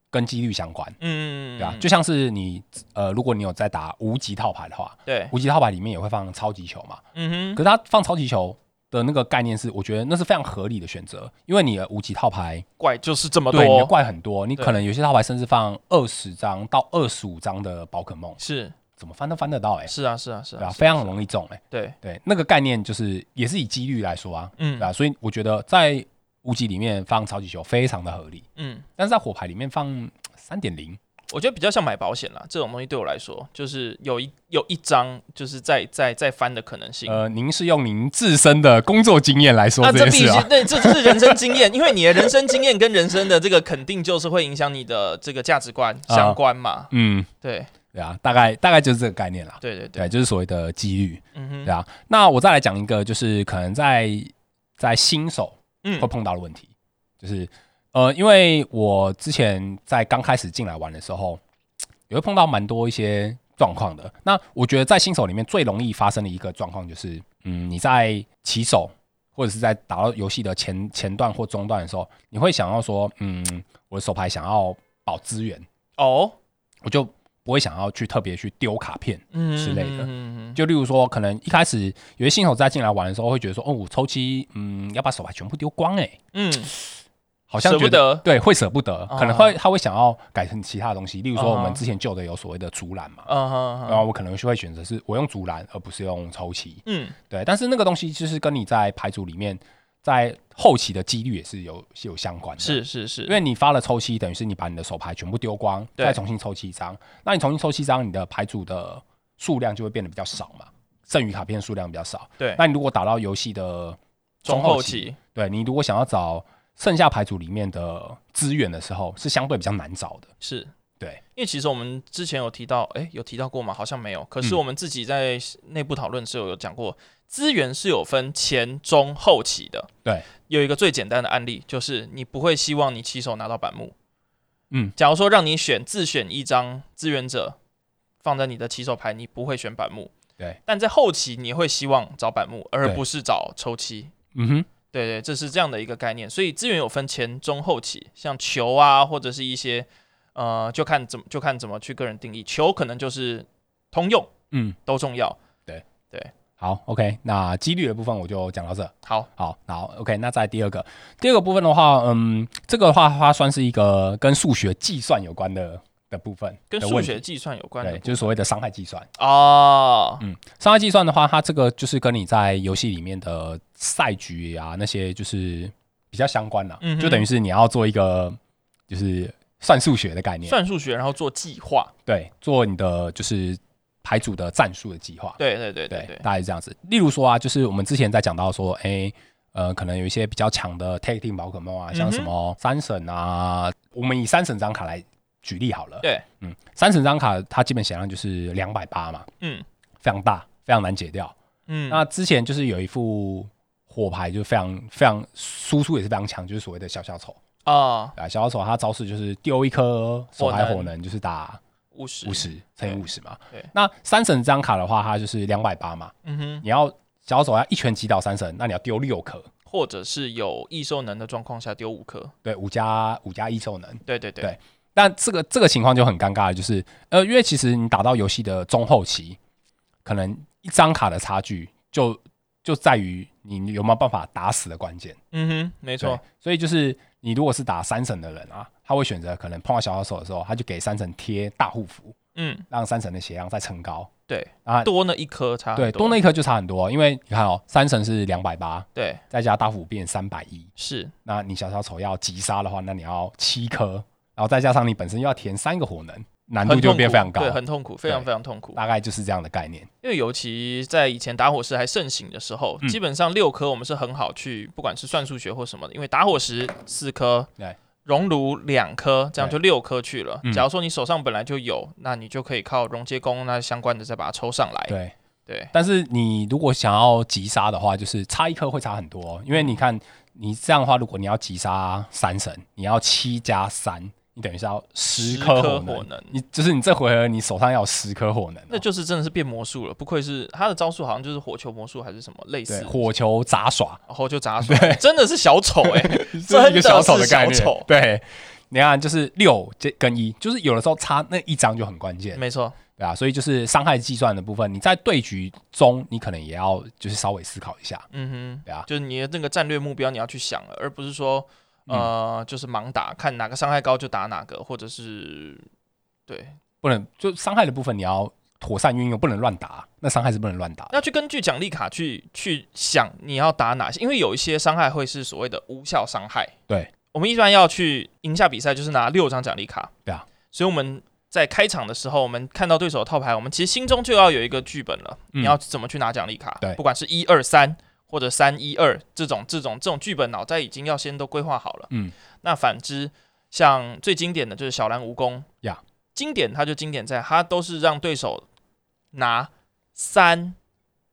[SPEAKER 2] 跟几率相关，
[SPEAKER 1] 嗯，嗯，
[SPEAKER 2] 对啊，
[SPEAKER 1] 嗯
[SPEAKER 2] 就像是你呃，如果你有在打无极套牌的话，
[SPEAKER 1] 对，
[SPEAKER 2] 无极套牌里面也会放超级球嘛，
[SPEAKER 1] 嗯
[SPEAKER 2] 可
[SPEAKER 1] 哼，
[SPEAKER 2] 是它放超级球。的那个概念是，我觉得那是非常合理的选择，因为你的无极套牌
[SPEAKER 1] 怪就是这么
[SPEAKER 2] 对你的
[SPEAKER 1] 哦多，
[SPEAKER 2] 怪很多，你
[SPEAKER 1] 对
[SPEAKER 2] 可能有些套牌甚至放二十张到二十五张的宝可梦，
[SPEAKER 1] 是
[SPEAKER 2] 怎么翻都翻得到哎、欸，
[SPEAKER 1] 是啊是啊是
[SPEAKER 2] 对啊，
[SPEAKER 1] 啊，
[SPEAKER 2] 非常容易中哎、欸，
[SPEAKER 1] 对，
[SPEAKER 2] 对，那个概念就是也是以几率来说啊，
[SPEAKER 1] 嗯
[SPEAKER 2] 对啊，所以我觉得在无极里面放超级球非常的合理，
[SPEAKER 1] 嗯。
[SPEAKER 2] 但是在火牌里面放三点零，
[SPEAKER 1] 我觉得比较像买保险啦，这种东西对我来说，就是有一有一张就是再再再翻的可能性。
[SPEAKER 2] 呃，您是用您自身的工作经验来说
[SPEAKER 1] 啊，
[SPEAKER 2] 这
[SPEAKER 1] 这
[SPEAKER 2] 件
[SPEAKER 1] 必须
[SPEAKER 2] 事啊，
[SPEAKER 1] 对，这这是人生经验，因为你的人生经验跟人生的这个肯定，就是会影响你的这个价值观
[SPEAKER 2] 啊
[SPEAKER 1] 相关嘛。
[SPEAKER 2] 嗯，
[SPEAKER 1] 对
[SPEAKER 2] 对啊，大概大概就是这个概念啦，
[SPEAKER 1] 对对对，
[SPEAKER 2] 对，就是所谓的几率，
[SPEAKER 1] 嗯
[SPEAKER 2] 对
[SPEAKER 1] 哼，
[SPEAKER 2] 啊，那我再来讲一个，就是可能在在新手 会
[SPEAKER 1] 嗯
[SPEAKER 2] 碰到的问题，就是呃，因为我之前在刚开始进来玩的时候，也会碰到蛮多一些状况的。那我觉得在新手里面最容易发生的一个状况就是，嗯，你在起手或者是在打到游戏的前前段或中段的时候，你会想要说，嗯，我的手牌想要保资源，
[SPEAKER 1] 哦，
[SPEAKER 2] 我就不会想要去特别去丢卡片。
[SPEAKER 1] 嗯
[SPEAKER 2] 之类的
[SPEAKER 1] 嗯嗯嗯
[SPEAKER 2] 就例如说，可能一开始有些新手在进来玩的时候，会觉得说，哦，我抽七，嗯，要把手牌全部丢光、欸，
[SPEAKER 1] 嗯，
[SPEAKER 2] 好像
[SPEAKER 1] 舍不
[SPEAKER 2] 觉
[SPEAKER 1] 得
[SPEAKER 2] 对，会舍不得，
[SPEAKER 1] 啊
[SPEAKER 2] 可能会他会想要改成其他的东西，例如说
[SPEAKER 1] 啊
[SPEAKER 2] 我们之前旧的有所谓的竹篮嘛，
[SPEAKER 1] 嗯哼
[SPEAKER 2] 然后
[SPEAKER 1] 哼
[SPEAKER 2] 我可能就会选择是我用竹篮而不是用抽旗，
[SPEAKER 1] 嗯，
[SPEAKER 2] 对，但是那个东西就是跟你在牌组里面在后期的几率也是有是有相关的。
[SPEAKER 1] 是是是，
[SPEAKER 2] 因为你发了抽七，等于是你把你的手牌全部丢光，
[SPEAKER 1] 对
[SPEAKER 2] 再重新抽七张。那你重新抽七张，你的牌组的数量就会变得比较少嘛，剩余卡片数量比较少。
[SPEAKER 1] 对
[SPEAKER 2] 那你如果打到游戏的
[SPEAKER 1] 中
[SPEAKER 2] 中后期，
[SPEAKER 1] 期
[SPEAKER 2] 对你如果想要找剩下牌组里面的资源的时候，是相对比较难找的。
[SPEAKER 1] 是。
[SPEAKER 2] 对，
[SPEAKER 1] 因为其实我们之前有提到，哎、有提到过吗？好像没有。可是
[SPEAKER 2] 嗯
[SPEAKER 1] 我们自己在内部讨论是有有讲过，资源是有分前、中、后期的。
[SPEAKER 2] 对，
[SPEAKER 1] 有一个最简单的案例，就是你不会希望你起手拿到板木。
[SPEAKER 2] 嗯，
[SPEAKER 1] 假如说让你选自选一张志愿者放在你的起手牌，你不会选板木。
[SPEAKER 2] 对，
[SPEAKER 1] 但在后期你会希望找板木，而
[SPEAKER 2] 对
[SPEAKER 1] 不是找抽七。
[SPEAKER 2] 嗯哼，
[SPEAKER 1] 对对，这是这样的一个概念。所以资源有分前、中、后期，像球啊，或者是一些呃，就看怎么就看怎么去个人定义。球可能就是通用
[SPEAKER 2] 嗯，
[SPEAKER 1] 都重要。
[SPEAKER 2] 好，OK，那几率的部分我就讲到这。
[SPEAKER 1] 好，
[SPEAKER 2] 好，好，OK，那再来第二个，第二个部分的话，嗯，这个的话它算是一个跟数学计算有关的的部分，
[SPEAKER 1] 跟
[SPEAKER 2] 的
[SPEAKER 1] 数
[SPEAKER 2] 问题
[SPEAKER 1] 学计算有关的
[SPEAKER 2] 对，
[SPEAKER 1] 部
[SPEAKER 2] 就是所谓的伤害计算。
[SPEAKER 1] 哦，
[SPEAKER 2] 嗯，伤害计算的话，它这个就是跟你在游戏里面的赛局啊那些就是比较相关啦、
[SPEAKER 1] 嗯哼
[SPEAKER 2] 就等于是你要做一个就是算数学的概念，
[SPEAKER 1] 算数学，然后做计划。
[SPEAKER 2] 对，做你的就是牌组的战术的计划，
[SPEAKER 1] 对对对
[SPEAKER 2] 对，
[SPEAKER 1] 对，
[SPEAKER 2] 大概是这样子。例如说啊，就是我们之前在讲到说，哎、呃，可能有一些比较强的 tag team 宝可梦
[SPEAKER 1] 嗯
[SPEAKER 2] 啊，像什么三神啊，我们以三神张卡来举例好了。
[SPEAKER 1] 对，
[SPEAKER 2] 嗯，三神张卡它基本显然就是两百八嘛，
[SPEAKER 1] 嗯
[SPEAKER 2] 非常大，非常难解掉。
[SPEAKER 1] 嗯，
[SPEAKER 2] 那之前就是有一副火牌，就非常非常输出也是非常强，就是所谓的小小丑
[SPEAKER 1] 啊
[SPEAKER 2] 啊，小小丑他招式就是丢一颗手牌
[SPEAKER 1] 火能
[SPEAKER 2] 火能，就是打
[SPEAKER 1] 五十
[SPEAKER 2] 五，十乘以五十嘛
[SPEAKER 1] 对。
[SPEAKER 2] 那三神张卡的话，它就是两百八嘛。
[SPEAKER 1] 嗯哼，
[SPEAKER 2] 你要小手要一拳击倒三神，那你要丢六颗，
[SPEAKER 1] 或者是有异兽能的状况下丢五颗。
[SPEAKER 2] 对，五加五加一兽能。
[SPEAKER 1] 对对对，
[SPEAKER 2] 对但这个这个情况就很尴尬了，就是呃，因为其实你打到游戏的中后期，可能一张卡的差距就就在于你有没有办法打死的关键。
[SPEAKER 1] 嗯哼，没
[SPEAKER 2] 对
[SPEAKER 1] 错，，
[SPEAKER 2] 所以就是你如果是打三神的人啊，他会选择可能碰到小小手的时候，他就给三神贴大护符，
[SPEAKER 1] 嗯，
[SPEAKER 2] 让三神的血量再升高。
[SPEAKER 1] 对
[SPEAKER 2] 啊，
[SPEAKER 1] 多那一颗差很
[SPEAKER 2] 对，多那一颗就差很多，因为你看哦，三神是两百八，
[SPEAKER 1] 对
[SPEAKER 2] 再加大护符变三百一，
[SPEAKER 1] 是，
[SPEAKER 2] 那你小小丑要击杀的话，那你要七颗，然后再加上你本身又要填三个火能，难度
[SPEAKER 1] 很
[SPEAKER 2] 就
[SPEAKER 1] 痛
[SPEAKER 2] 会变
[SPEAKER 1] 苦
[SPEAKER 2] 非常高。
[SPEAKER 1] 对，很痛苦，非常
[SPEAKER 2] 对
[SPEAKER 1] 非常痛苦。
[SPEAKER 2] 大概就是这样的概念。
[SPEAKER 1] 因为尤其在以前打火石还盛行的时候，
[SPEAKER 2] 嗯
[SPEAKER 1] 基本上六颗我们是很好去，不管是算数学或什么的，因为打火石四颗
[SPEAKER 2] 对，
[SPEAKER 1] 熔炉两颗，这样
[SPEAKER 2] 对
[SPEAKER 1] 就六颗去了
[SPEAKER 2] 嗯。
[SPEAKER 1] 假如说你手上本来就有，那你就可以靠熔接工那相关的再把它抽上来。
[SPEAKER 2] 对，
[SPEAKER 1] 对，
[SPEAKER 2] 但是你如果想要击杀的话，就是差一颗会差很多哦，因为你看你这样的话，如果你要击杀三神，你要七加三，你等于是要十颗
[SPEAKER 1] 10
[SPEAKER 2] 火
[SPEAKER 1] 颗
[SPEAKER 2] 能。
[SPEAKER 1] 火能
[SPEAKER 2] 你就是你这回合你手上要有十颗火能哦、
[SPEAKER 1] 那就是真的是变魔术了，不愧是他的招数，好像就是火球魔术还是什么类似
[SPEAKER 2] 对
[SPEAKER 1] 的，
[SPEAKER 2] 火球杂耍，
[SPEAKER 1] 然后就 砸出来，真的是小丑哎、
[SPEAKER 2] 这是一个小丑的
[SPEAKER 1] 真
[SPEAKER 2] 概
[SPEAKER 1] 的是小
[SPEAKER 2] 念
[SPEAKER 1] 丑。
[SPEAKER 2] 对，你看就是六这跟一，就是有的时候差那一张就很关键。
[SPEAKER 1] 没错，
[SPEAKER 2] 对啊，所以就是伤害计算的部分，你在对局中，你可能也要就是稍微思考一下。
[SPEAKER 1] 嗯
[SPEAKER 2] 对啊
[SPEAKER 1] 哼，就是你的那个战略目标你要去想了，而不是说
[SPEAKER 2] 嗯
[SPEAKER 1] 呃就是盲打，看哪个伤害高就打哪个，或者是对，
[SPEAKER 2] 不能就伤害的部分你要妥善运用，不能乱打。那伤害是不能乱打的。
[SPEAKER 1] 要去根据奖励卡去去想你要打哪些，因为有一些伤害会是所谓的无效伤害。
[SPEAKER 2] 对，
[SPEAKER 1] 我们一般要去赢下比赛，就是拿六张奖励卡。
[SPEAKER 2] 对啊，
[SPEAKER 1] 所以我们在开场的时候，我们看到对手的套牌，我们其实心中就要有一个剧本了，
[SPEAKER 2] 嗯
[SPEAKER 1] 你要怎么去拿奖励卡？
[SPEAKER 2] 对
[SPEAKER 1] 不管是一二三或者三一二这种这种这种剧本，脑袋已经要先都规划好了。
[SPEAKER 2] 嗯，
[SPEAKER 1] 那反之，像最经典的就是小蓝蜈蚣
[SPEAKER 2] 呀
[SPEAKER 1] 经典它就经典在它都是让对手拿三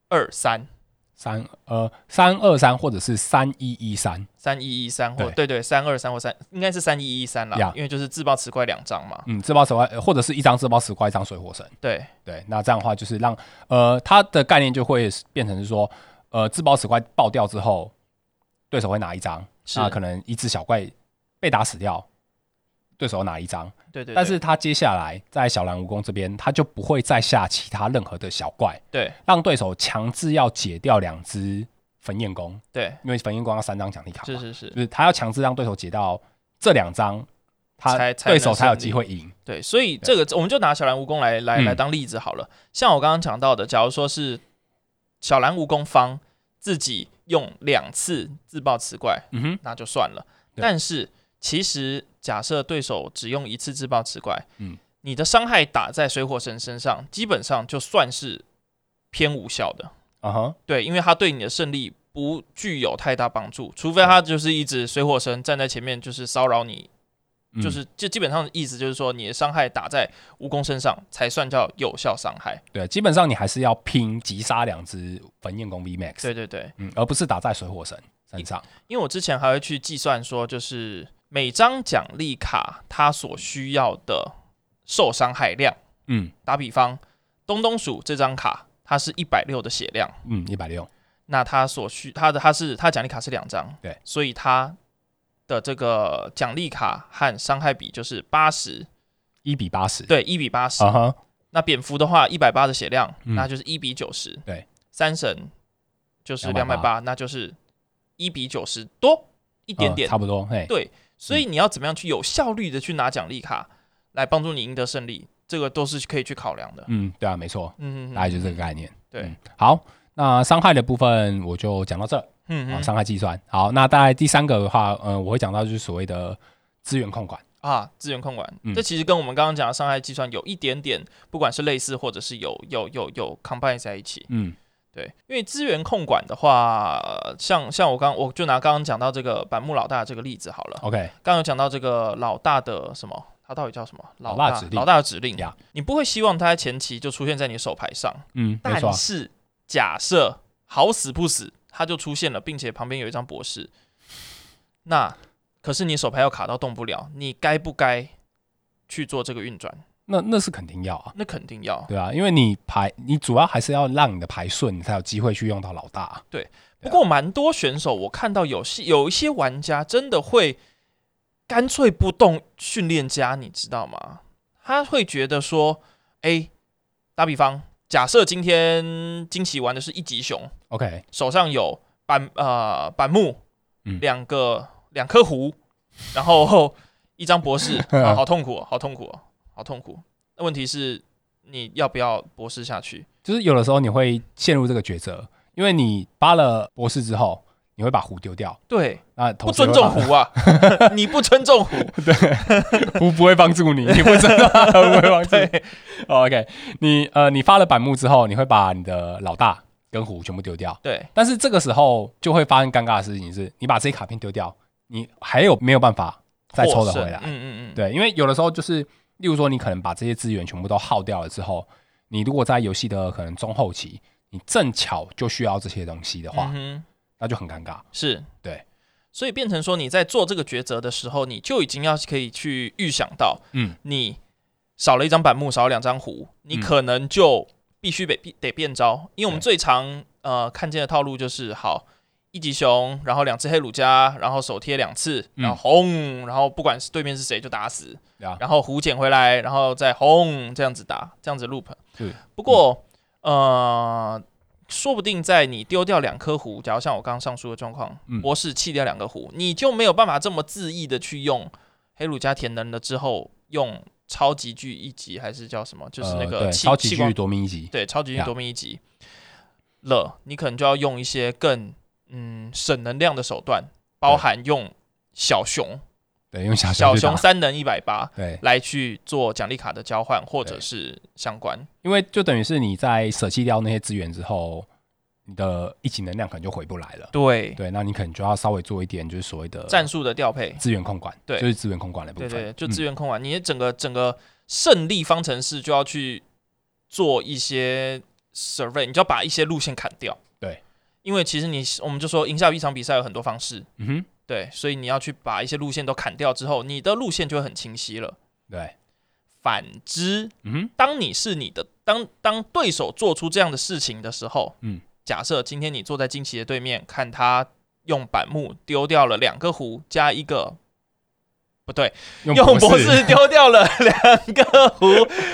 [SPEAKER 1] 二三
[SPEAKER 2] 三呃三二三或者是三一一三，
[SPEAKER 1] 三一一三或对对三二三或三应该是三一一三
[SPEAKER 2] 呀
[SPEAKER 1] 啦，因为就是自爆磁怪两张嘛，
[SPEAKER 2] 嗯，自爆石块呃或者是一张自爆石块，一张水火神。
[SPEAKER 1] 对
[SPEAKER 2] 对，那这样的话就是让呃它的概念就会变成是说，呃自爆石块爆掉之后，对手会拿一张，
[SPEAKER 1] 是
[SPEAKER 2] 那可能一只小怪被打死掉，对手拿一张。
[SPEAKER 1] 对对，
[SPEAKER 2] 但
[SPEAKER 1] 对
[SPEAKER 2] 是他接下来在小蓝蜈蚣这边，他就不会再下其他任何的小怪，
[SPEAKER 1] 对
[SPEAKER 2] 让对手强制要解掉两只焚焰弓，
[SPEAKER 1] 对
[SPEAKER 2] 因为焚焰弓要三张奖励卡嘛，
[SPEAKER 1] 是是是
[SPEAKER 2] 就，是他要强制让对手解到这两张，他
[SPEAKER 1] 才才
[SPEAKER 2] 对手
[SPEAKER 1] 能
[SPEAKER 2] 才有
[SPEAKER 1] 胜利
[SPEAKER 2] 机会赢。
[SPEAKER 1] 对，所以这个我们就拿小蓝蜈蚣来来
[SPEAKER 2] 嗯
[SPEAKER 1] 来当例子好了。像我刚刚讲到的，假如说是小蓝蜈蚣方自己用两次自爆磁怪，
[SPEAKER 2] 嗯哼，
[SPEAKER 1] 那就算了。
[SPEAKER 2] 对
[SPEAKER 1] 但是其实假设对手只用一次自爆磁怪，
[SPEAKER 2] 嗯，
[SPEAKER 1] 你的伤害打在水火神身上，基本上就算是偏无效的。
[SPEAKER 2] 啊哈，
[SPEAKER 1] 对，因为他对你的胜利不具有太大帮助，除非他就是一直水火神站在前面，就是骚扰你，
[SPEAKER 2] 嗯
[SPEAKER 1] 就是就基本上的意思就是说，你的伤害打在蜈蚣身上才算叫有效伤害。
[SPEAKER 2] 对，基本上你还是要拼击杀两只焚焰弓 V Max，
[SPEAKER 1] 对对对，
[SPEAKER 2] 嗯，而不是打在水火神身上。
[SPEAKER 1] 因为我之前还会去计算说，就是每张奖励卡它所需要的受伤害量。
[SPEAKER 2] 嗯
[SPEAKER 1] 打比方，东东鼠这张卡它是一百六的血量，
[SPEAKER 2] 嗯，一百六，
[SPEAKER 1] 那它所需它的它是它奖励卡是两张，
[SPEAKER 2] 对，
[SPEAKER 1] 所以它的这个奖励卡和伤害比就是八十，
[SPEAKER 2] 一比八十。
[SPEAKER 1] 对，一比八十、
[SPEAKER 2] 啊哈，
[SPEAKER 1] 那蝙蝠的话，一百八的血量，
[SPEAKER 2] 嗯
[SPEAKER 1] 那就是一比九十。
[SPEAKER 2] 对，
[SPEAKER 1] 三神就是两百八
[SPEAKER 2] 280，
[SPEAKER 1] 那就是一比九十多一点点。
[SPEAKER 2] 嗯差不多。嘿，
[SPEAKER 1] 对，所以你要怎么样去有效率的去拿奖励卡来帮助你赢得胜利，这个都是可以去考量的。
[SPEAKER 2] 嗯，对啊，没错，
[SPEAKER 1] 嗯，
[SPEAKER 2] 大概就这个概念。
[SPEAKER 1] 对
[SPEAKER 2] 嗯，好，那伤害的部分我就讲到这。
[SPEAKER 1] 嗯
[SPEAKER 2] 啊，
[SPEAKER 1] 嗯
[SPEAKER 2] 伤害计算。好，那大概第三个的话，呃，我会讲到就是所谓的资源控管。
[SPEAKER 1] 啊，资源控管，
[SPEAKER 2] 嗯
[SPEAKER 1] 这其实跟我们刚刚讲的伤害计算有一点点，不管是类似或者是有有有有 combine 在一起。
[SPEAKER 2] 嗯
[SPEAKER 1] 对，因为资源控管的话，呃像像我刚我就拿刚刚讲到这个板木老大这个例子好了，
[SPEAKER 2] ，OK，
[SPEAKER 1] 刚刚有讲到这个老大的什么，他到底叫什么？
[SPEAKER 2] 老大
[SPEAKER 1] 大
[SPEAKER 2] 指令
[SPEAKER 1] 老大的指令
[SPEAKER 2] 呀
[SPEAKER 1] 你不会希望他在前期就出现在你的手牌上，
[SPEAKER 2] 嗯，没错
[SPEAKER 1] 但，是假设好死不死他就出现了，并且旁边有一张博士，那可是你手牌要卡到动不了，你该不该去做这个运转？
[SPEAKER 2] 那那是肯定要啊，
[SPEAKER 1] 那肯定要。
[SPEAKER 2] 对啊，因为你排，你主要还是要让你的排顺，你才有机会去用到老大啊。
[SPEAKER 1] 不过蛮多选手，我看到有些有一些玩家真的会干脆不动训练家，你知道吗？他会觉得说，哎，打比方，假设今天惊奇玩的是一级熊，
[SPEAKER 2] OK，
[SPEAKER 1] 手上有板呃板木，
[SPEAKER 2] 嗯
[SPEAKER 1] 两个两颗壶，然后一张博 士，啊，好痛苦、哦，好痛苦、哦，好痛苦。那问题是你要不要博士下去？
[SPEAKER 2] 就是有的时候你会陷入这个抉择，因为你扒了博士之后，你会把壶丢掉，
[SPEAKER 1] 对，
[SPEAKER 2] 那
[SPEAKER 1] 不
[SPEAKER 2] 不
[SPEAKER 1] 尊重壶 啊！你不尊重壶，
[SPEAKER 2] 壶不会帮 助你，你不知道它不会帮助你。
[SPEAKER 1] 对
[SPEAKER 2] 哦 OK，你呃，你发了板木之后，你会把你的老大跟壶全部丢掉。
[SPEAKER 1] 对
[SPEAKER 2] 但是这个时候就会发生尴尬的事情是，你把这些卡片丢掉，你还有没有办法再抽得回
[SPEAKER 1] 获胜
[SPEAKER 2] 来？
[SPEAKER 1] 嗯嗯嗯，
[SPEAKER 2] 对，因为有的时候就是，例如说你可能把这些资源全部都耗掉了之后，你如果在游戏的可能中后期，你正巧就需要这些东西的啊话
[SPEAKER 1] 嗯，哼，
[SPEAKER 2] 那就很尴尬。
[SPEAKER 1] 是，
[SPEAKER 2] 对。
[SPEAKER 1] 所以变成说，你在做这个抉择的时候，你就已经要可以去预想到，
[SPEAKER 2] 嗯，
[SPEAKER 1] 你少了一张板木，少了两张胡，你
[SPEAKER 2] 嗯
[SPEAKER 1] 可能就必须得得变招，因为我们
[SPEAKER 2] 对
[SPEAKER 1] 最常呃看见的套路就是好。一级熊，然后两只黑鲁加，然后手贴两次，
[SPEAKER 2] 嗯
[SPEAKER 1] 然后轰，然后不管是对面是谁就打死，
[SPEAKER 2] 对啊
[SPEAKER 1] 然后胡捡回来，然后再轰这样子打，这样子 loop。
[SPEAKER 2] 是，
[SPEAKER 1] 不过、呃，说不定在你丢掉两颗壶，假如像我刚刚上述的状况，
[SPEAKER 2] 嗯
[SPEAKER 1] 博士弃掉两个壶，你就没有办法这么恣意的去用黑鲁加田能了之后用超级巨一级还是叫什么，就是那
[SPEAKER 2] 呃
[SPEAKER 1] 个
[SPEAKER 2] 对
[SPEAKER 1] 气、
[SPEAKER 2] 超级
[SPEAKER 1] 气光
[SPEAKER 2] 巨夺命一级，
[SPEAKER 1] 对超级巨
[SPEAKER 2] 呀
[SPEAKER 1] 多面一级了，你可能就要用一些更嗯省能量的手段，包
[SPEAKER 2] 对
[SPEAKER 1] 含用小熊
[SPEAKER 2] 对，用小
[SPEAKER 1] 小
[SPEAKER 2] 去打
[SPEAKER 1] 熊三能一百八。
[SPEAKER 2] 对，
[SPEAKER 1] 来去做奖励卡的交换，或者
[SPEAKER 2] 对
[SPEAKER 1] 是相关。
[SPEAKER 2] 因为就等于是你在舍弃掉那些资源之后，你的一级能量可能就回不来了。
[SPEAKER 1] 对，
[SPEAKER 2] 对，那你可能就要稍微做一点，就是所谓的
[SPEAKER 1] 战术的调配，
[SPEAKER 2] 资源控管，
[SPEAKER 1] 对
[SPEAKER 2] 就是资源控管的部
[SPEAKER 1] 对
[SPEAKER 2] 分，
[SPEAKER 1] 对，对就
[SPEAKER 2] 嗯
[SPEAKER 1] 资源控管，你整个整个胜利方程式就要去做一些 survey，你就要把一些路线砍掉。
[SPEAKER 2] 对，
[SPEAKER 1] 因为其实你我们就说赢下一场比赛有很多方式，
[SPEAKER 2] 嗯哼，
[SPEAKER 1] 对，所以你要去把一些路线都砍掉之后，你的路线就会很清晰了。
[SPEAKER 2] 对，
[SPEAKER 1] 反之，
[SPEAKER 2] 嗯哼，
[SPEAKER 1] 当你是你的当当对手做出这样的事情的时候，
[SPEAKER 2] 嗯，
[SPEAKER 1] 假设今天你坐在惊奇的对面，看他用板木丢掉了两个壶加一个，不对，用博士丢掉了 两个壶，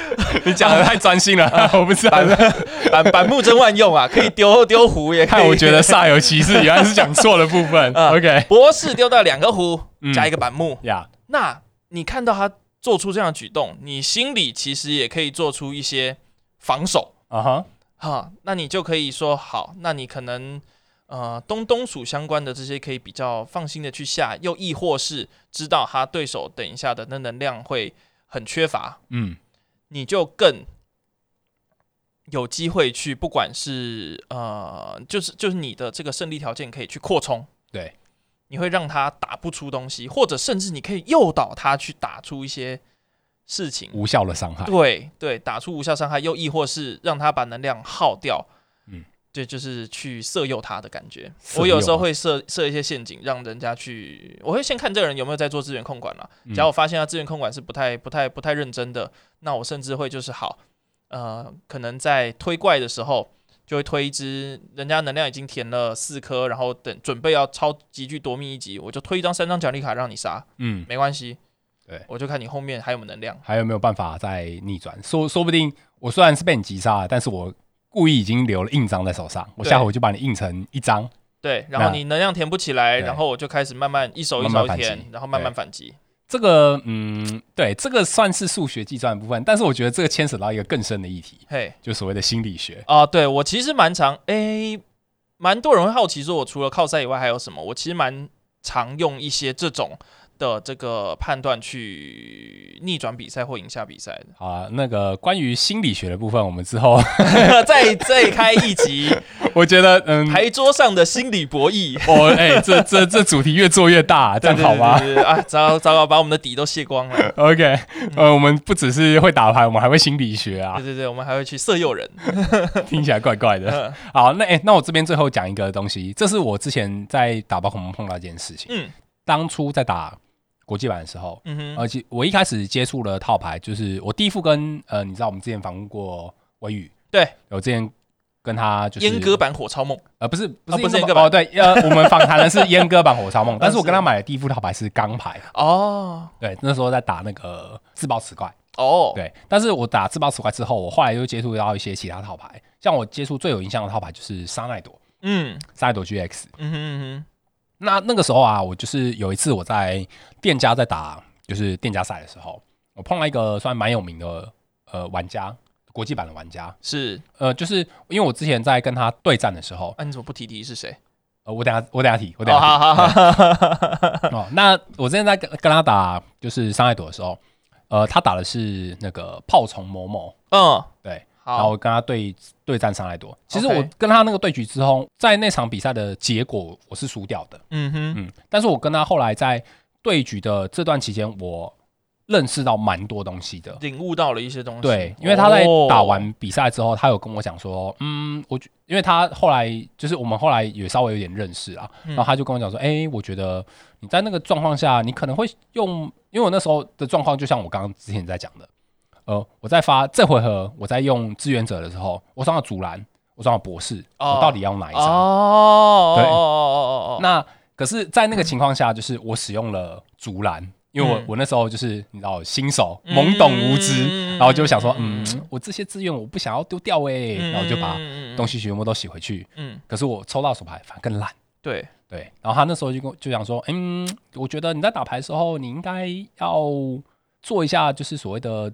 [SPEAKER 2] 你讲的太专心 了，我不知道，
[SPEAKER 1] 板板木真万用啊，可以丢丢壶也可以。
[SPEAKER 2] 看我觉得煞有其事，原来是讲错了部 分。
[SPEAKER 1] 啊
[SPEAKER 2] OK，
[SPEAKER 1] 博士丢掉两个壶
[SPEAKER 2] 嗯
[SPEAKER 1] 加一个板木，
[SPEAKER 2] 呀，
[SPEAKER 1] 那你看到他做出这样的举动，你心里其实也可以做出一些防守
[SPEAKER 2] 啊哈，
[SPEAKER 1] 哈，那你就可以说好，那你可能。呃东东属相关的这些可以比较放心的去下，又亦或是知道他对手等一下的那能量会很缺乏，
[SPEAKER 2] 嗯，
[SPEAKER 1] 你就更有机会去，不管是呃，就是就是你的这个胜利条件可以去扩充，
[SPEAKER 2] 对，
[SPEAKER 1] 你会让他打不出东西，或者甚至你可以诱导他去打出一些事情，
[SPEAKER 2] 无效的伤害，
[SPEAKER 1] 对对，打出无效伤害，又亦或是让他把能量耗掉，
[SPEAKER 2] 嗯，
[SPEAKER 1] 对，就是去色诱他的感觉。
[SPEAKER 2] 色
[SPEAKER 1] 我有时候
[SPEAKER 2] 诱吗
[SPEAKER 1] 会设设一些陷阱，让人家去，我会先看这个人有没有在做资源控管啦。
[SPEAKER 2] 嗯
[SPEAKER 1] 假如我发现他资源控管是不太、不太、不太认真的，那我甚至会就是好，呃，可能在推怪的时候。就会推一只，人家能量已经填了四颗，然后等准备要超级巨夺命一级，我就推一张三张奖励卡让你杀，
[SPEAKER 2] 嗯，
[SPEAKER 1] 没关系。
[SPEAKER 2] 对
[SPEAKER 1] 我就看你后面还有没有能量。
[SPEAKER 2] 还有没有办法再逆转？说说不定我虽然是被你击杀了，但是我故意已经留了印章在手上，我
[SPEAKER 1] 对
[SPEAKER 2] 下回我就把你印成一张，
[SPEAKER 1] 对，然后
[SPEAKER 2] 那
[SPEAKER 1] 你能量填不起来，
[SPEAKER 2] 对
[SPEAKER 1] 然后我就开始慢慢一手一
[SPEAKER 2] 慢
[SPEAKER 1] 手
[SPEAKER 2] 慢
[SPEAKER 1] 填
[SPEAKER 2] 反击，
[SPEAKER 1] 然后慢慢反击。
[SPEAKER 2] 这个嗯，对，这个算是数学计算的部分，但是我觉得这个牵扯到一个更深的议题，
[SPEAKER 1] 嘿，
[SPEAKER 2] 就所谓的心理学。
[SPEAKER 1] 啊，对我其实蛮常，诶，蛮多人会好奇说，我除了靠赛以外还有什么？我其实蛮常用一些这种的这个判断去逆转比赛或赢下比赛的。
[SPEAKER 2] 好啊，那个关于心理学的部分，我们之后
[SPEAKER 1] 再再开一集
[SPEAKER 2] 我觉得嗯，
[SPEAKER 1] 牌桌上的心理博弈，
[SPEAKER 2] 我哎、这这这主题越做越大， 这样好吗
[SPEAKER 1] 对？对对对对啊，糟糟糕，把我们的底都卸光了。
[SPEAKER 2] ？OK，呃，我们不只是会打牌，我们还会心理学啊
[SPEAKER 1] 对，对对，我们还会去色诱人。
[SPEAKER 2] 听起来怪怪的。
[SPEAKER 1] 嗯
[SPEAKER 2] 好，那哎、那我这边最后讲一个东西，这是我之前在打宝可梦碰到一件事情。
[SPEAKER 1] 嗯
[SPEAKER 2] 当初在打国际版的时候，
[SPEAKER 1] 嗯哼，
[SPEAKER 2] 而且我一开始接触了套牌，就是我第一副跟呃，你知道我们之前访问过微雨，
[SPEAKER 1] 对，
[SPEAKER 2] 我之前跟他就是
[SPEAKER 1] 阉割版火超梦，
[SPEAKER 2] 呃，不是不
[SPEAKER 1] 哦不是
[SPEAKER 2] 阉
[SPEAKER 1] 阉割版
[SPEAKER 2] 哦，对，呃，我们访谈的是阉割版火烧 梦，但是我跟他买的第一副套牌是钢牌，
[SPEAKER 1] 哦
[SPEAKER 2] 对，那时候在打那个自爆磁怪，
[SPEAKER 1] 哦，
[SPEAKER 2] 对，但是我打自爆磁怪之后，我后来又接触到一些其他套牌，像我接触最有印象的套牌就是沙奈朵，
[SPEAKER 1] 嗯
[SPEAKER 2] 沙奈朵 GX，
[SPEAKER 1] 嗯哼嗯哼。
[SPEAKER 2] 那那个时候啊，我就是有一次我在店家在打就是店家赛的时候，我碰到一个算蛮有名的呃玩家，国际版的玩家，
[SPEAKER 1] 是
[SPEAKER 2] 呃，就是因为我之前在跟他对战的时候，
[SPEAKER 1] 啊，你怎么不提提是谁？哦
[SPEAKER 2] 呃，我等下我等下提，我等下提。
[SPEAKER 1] 好好好好，
[SPEAKER 2] 哦，那我之前在跟跟他打就是伤害朵的时候，呃，他打的是那个炮虫某某，
[SPEAKER 1] 嗯，
[SPEAKER 2] 对，然后
[SPEAKER 1] 好
[SPEAKER 2] 我，跟他对对战伤害朵。其实
[SPEAKER 1] OK
[SPEAKER 2] 我跟他那个对局之后，在那场比赛的结果我是输掉的，
[SPEAKER 1] 嗯哼，
[SPEAKER 2] 嗯，但是我跟他后来在对局的这段期间，我认识到蛮多东西的。
[SPEAKER 1] 领悟到了一些东西。
[SPEAKER 2] 对，因为他在
[SPEAKER 1] 哦
[SPEAKER 2] 打完比赛之后，他有跟我讲说，嗯，我觉因为他后来就是我们后来也稍微有点认识啊，
[SPEAKER 1] 嗯
[SPEAKER 2] 然后他就跟我讲说，哎、我觉得你在那个状况下，你可能会用，因为我那时候的状况就像我刚刚之前在讲的，呃，我在发这回合我在用志愿者的时候，我上了阻拦，我上了博士，
[SPEAKER 1] 哦
[SPEAKER 2] 我到底要用哪一
[SPEAKER 1] 哦
[SPEAKER 2] 张？
[SPEAKER 1] 哦哦哦哦哦，
[SPEAKER 2] 那可是，在那个情况下，就是我使用了竹篮，因为我、
[SPEAKER 1] 嗯
[SPEAKER 2] 我那时候就是你知道新手懵懂无知，
[SPEAKER 1] 嗯
[SPEAKER 2] 然后就想说，嗯
[SPEAKER 1] 嗯，
[SPEAKER 2] 我这些资源我不想要丢掉哎、然后我就把东
[SPEAKER 1] 西，
[SPEAKER 2] 西全部都洗回去。
[SPEAKER 1] 嗯，
[SPEAKER 2] 可是我抽到手牌反而更烂，
[SPEAKER 1] 对，
[SPEAKER 2] 对。然后他那时候就跟我就想说，嗯，我觉得你在打牌的时候，你应该要做一下就是所谓的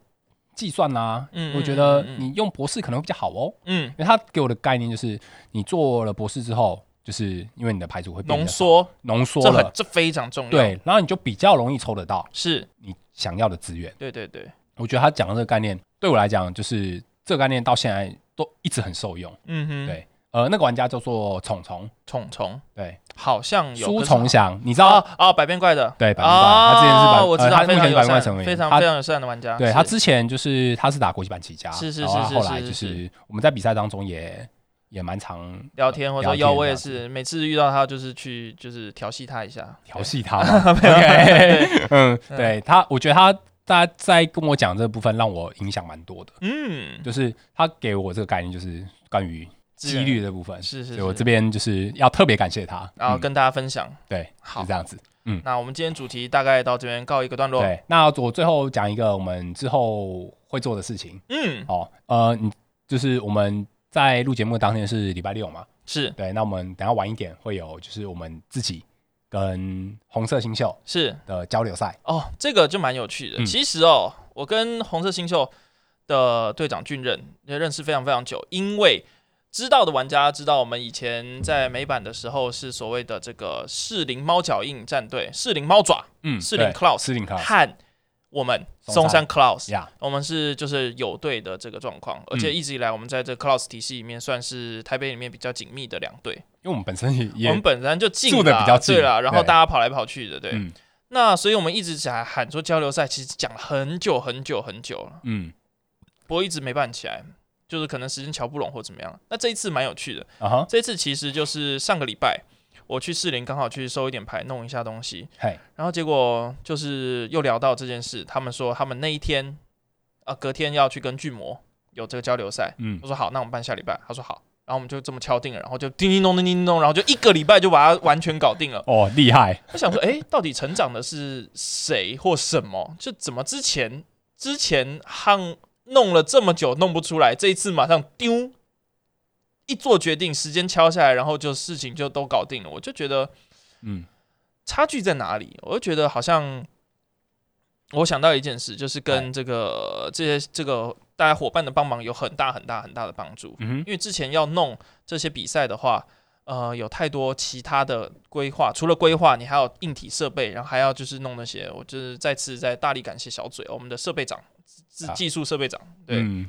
[SPEAKER 2] 计算啦、
[SPEAKER 1] 嗯
[SPEAKER 2] 我觉得
[SPEAKER 1] 嗯嗯嗯
[SPEAKER 2] 你用博士可能会比较好哦，
[SPEAKER 1] 嗯，
[SPEAKER 2] 因为他给我的概念就是，你做了博士之后，就是因为你的牌组会变得
[SPEAKER 1] 浓缩，
[SPEAKER 2] 浓缩
[SPEAKER 1] 这很
[SPEAKER 2] 了，
[SPEAKER 1] 这非常重要。，
[SPEAKER 2] 对，然后你就比较容易抽得到
[SPEAKER 1] 是，
[SPEAKER 2] 你想要的资源。
[SPEAKER 1] 对对对，
[SPEAKER 2] 我觉得他讲的这个概念，对我来讲，就是这个概念到现在都一直很受用。
[SPEAKER 1] 嗯哼，
[SPEAKER 2] 对呃，那个玩家叫做虫虫，
[SPEAKER 1] 虫虫
[SPEAKER 2] 对，
[SPEAKER 1] 好像嗯有
[SPEAKER 2] 苏虫，翔，你知
[SPEAKER 1] 可是
[SPEAKER 2] 道？
[SPEAKER 1] 啊啊，百变怪的，
[SPEAKER 2] 对，百分百，
[SPEAKER 1] 啊，
[SPEAKER 2] 他之前是百，
[SPEAKER 1] 我知
[SPEAKER 2] 呃
[SPEAKER 1] 道，
[SPEAKER 2] 他
[SPEAKER 1] 非
[SPEAKER 2] 目
[SPEAKER 1] 常
[SPEAKER 2] 前
[SPEAKER 1] 友
[SPEAKER 2] 百分百
[SPEAKER 1] 善
[SPEAKER 2] 成，员，
[SPEAKER 1] 非常
[SPEAKER 2] 他
[SPEAKER 1] 非常友善的玩家，
[SPEAKER 2] 对他
[SPEAKER 1] 是
[SPEAKER 2] 之前就是他是打国际版起家，
[SPEAKER 1] 是是
[SPEAKER 2] 然后他
[SPEAKER 1] 是是
[SPEAKER 2] 后来
[SPEAKER 1] 是
[SPEAKER 2] 就是是我们在比赛当中也也蛮常
[SPEAKER 1] 聊天或者说有
[SPEAKER 2] 聊天
[SPEAKER 1] 我也
[SPEAKER 2] 这样
[SPEAKER 1] 是，每次遇到他就是去就是调戏他一下，
[SPEAKER 2] 调戏他
[SPEAKER 1] 啊
[SPEAKER 2] 嘛，OK，嗯，对他，我觉得他他在跟我讲这部分让我影响蛮多的。
[SPEAKER 1] 嗯，
[SPEAKER 2] 就是他给我这个概念，就是关于几率的部分。
[SPEAKER 1] 是是
[SPEAKER 2] 所
[SPEAKER 1] 是，
[SPEAKER 2] 以我这边就是要特别感谢他。
[SPEAKER 1] 然后
[SPEAKER 2] 嗯
[SPEAKER 1] 跟大家分享。
[SPEAKER 2] 对，
[SPEAKER 1] 好
[SPEAKER 2] 是这样子。
[SPEAKER 1] 那我们今天主题大概到这边告一个段落。
[SPEAKER 2] 对，那我最后讲一个我们之后会做的事情
[SPEAKER 1] 嗯，
[SPEAKER 2] 哦。呃，你就是我们在录节目当天是礼拜六嘛？
[SPEAKER 1] 是
[SPEAKER 2] 对，那我们等一下晚一点会有就是我们自己跟红色新秀
[SPEAKER 1] 是
[SPEAKER 2] 的交流赛。
[SPEAKER 1] 哦，这个就蛮有趣的。
[SPEAKER 2] 嗯
[SPEAKER 1] 其实哦，我跟红色新秀的队长俊任也认识非常非常久，因为知道的玩家知道，我们以前在美版的时候是所谓的这个士林猫脚印战队、士林猫爪
[SPEAKER 2] 嗯，
[SPEAKER 1] 士林
[SPEAKER 2] 对
[SPEAKER 1] Klaus
[SPEAKER 2] 士林 Klaus
[SPEAKER 1] 和我们
[SPEAKER 2] 松
[SPEAKER 1] 松山
[SPEAKER 2] 山
[SPEAKER 1] Klaus，
[SPEAKER 2] 呀，
[SPEAKER 1] 我们是就是有队的这个状况，而
[SPEAKER 2] 嗯
[SPEAKER 1] 且一直以来我们在这 Klaus 体系里面算是台北里面比较紧密的两队，
[SPEAKER 2] 因为我们本身也
[SPEAKER 1] 我们
[SPEAKER 2] 也
[SPEAKER 1] 本身就近
[SPEAKER 2] 住得
[SPEAKER 1] 啦
[SPEAKER 2] 比较近
[SPEAKER 1] 对啦，然后
[SPEAKER 2] 对
[SPEAKER 1] 大家跑来跑去的，对，
[SPEAKER 2] 嗯
[SPEAKER 1] 那所以我们一直在喊说交流赛，其实讲了很久很久很久了，
[SPEAKER 2] 嗯
[SPEAKER 1] 不过一直没办起来，就是可能时间瞧不拢或怎么样。那这一次蛮有趣的，
[SPEAKER 2] 啊哈，
[SPEAKER 1] 这一次其实就是上个礼拜我去士林，刚好去收一点牌，弄一下东西，
[SPEAKER 2] 嘿，
[SPEAKER 1] 然后结果就是又聊到这件事，他们说他们那一天啊、呃隔天要去跟巨魔有这个交流赛，
[SPEAKER 2] 嗯
[SPEAKER 1] 我说好，那我们办下礼拜，他说好。然后我们就这么敲定了，然后就叮叮咚叮叮咚，然后就一个礼拜就把它完全搞定了。
[SPEAKER 2] 哦，厉害，
[SPEAKER 1] 我想说，哎、到底成长的是谁或什么？就怎么之前之前夯弄了这么久弄不出来，这一次马上丢，一做决定，时间敲下来，然后就事情就都搞定了。我就觉得
[SPEAKER 2] 嗯
[SPEAKER 1] 差距在哪里？我就觉得好像我想到一件事，就是跟这个这些这个大家伙伴的帮忙有很大很大很大的帮助。
[SPEAKER 2] 嗯哼
[SPEAKER 1] 因为之前要弄这些比赛的话，呃，有太多其他的规划，除了规划，你还有硬体设备，然后还要就是弄那些。我就是再次再大力感谢小嘴，我们的设备长，是
[SPEAKER 2] 啊
[SPEAKER 1] 技术设备长，对、
[SPEAKER 2] 嗯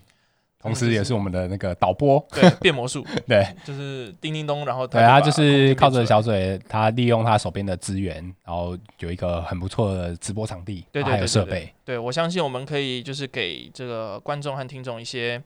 [SPEAKER 2] 同时也是我们的那个导播，
[SPEAKER 1] 对，变魔术
[SPEAKER 2] 对，
[SPEAKER 1] 就是叮叮咚，然后
[SPEAKER 2] 对，
[SPEAKER 1] 他
[SPEAKER 2] 他
[SPEAKER 1] 把
[SPEAKER 2] 就是靠
[SPEAKER 1] 空间变出
[SPEAKER 2] 着
[SPEAKER 1] 来，
[SPEAKER 2] 小嘴，他利用他手边的资源，然后有一个很不错的直播场地，
[SPEAKER 1] 对对对
[SPEAKER 2] 然后还有
[SPEAKER 1] 对
[SPEAKER 2] 设
[SPEAKER 1] 对
[SPEAKER 2] 备，
[SPEAKER 1] 对我相信我们可以就是给这个观众和听众一些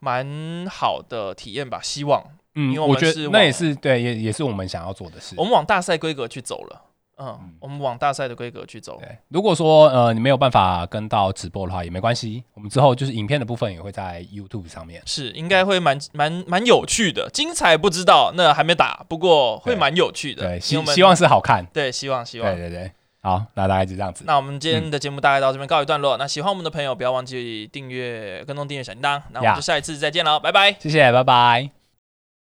[SPEAKER 1] 蛮好的体验吧，希望因
[SPEAKER 2] 嗯
[SPEAKER 1] 为，我
[SPEAKER 2] 我
[SPEAKER 1] 们
[SPEAKER 2] 觉
[SPEAKER 1] 是哦
[SPEAKER 2] 得那也
[SPEAKER 1] 往
[SPEAKER 2] 是对，也也是我们想要做的事
[SPEAKER 1] 我。们往大赛规格去走了。嗯
[SPEAKER 2] 嗯，
[SPEAKER 1] 我们往大赛的规格去走。
[SPEAKER 2] 对，如果说呃你没有办法跟到直播的话，也没关系，我们之后就是影片的部分也会在 YouTube 上面。
[SPEAKER 1] 是，应该会蛮蛮蛮有趣的，精彩不知道，那还没打，不过会
[SPEAKER 2] 对
[SPEAKER 1] 蛮有趣的。
[SPEAKER 2] 对，
[SPEAKER 1] 因为
[SPEAKER 2] 希
[SPEAKER 1] 我们
[SPEAKER 2] 希望是好看。
[SPEAKER 1] 对希望希
[SPEAKER 2] 对嗯
[SPEAKER 1] 望。
[SPEAKER 2] 对对，好，那大概就这样子。
[SPEAKER 1] 那我们今天的节目大概到这边告一段落。那喜欢我们的朋友，不要忘记订阅、跟踪订阅小铃铛。那我们
[SPEAKER 2] 呀
[SPEAKER 1] 就下一次再见喽，拜拜。
[SPEAKER 2] 谢谢，拜拜。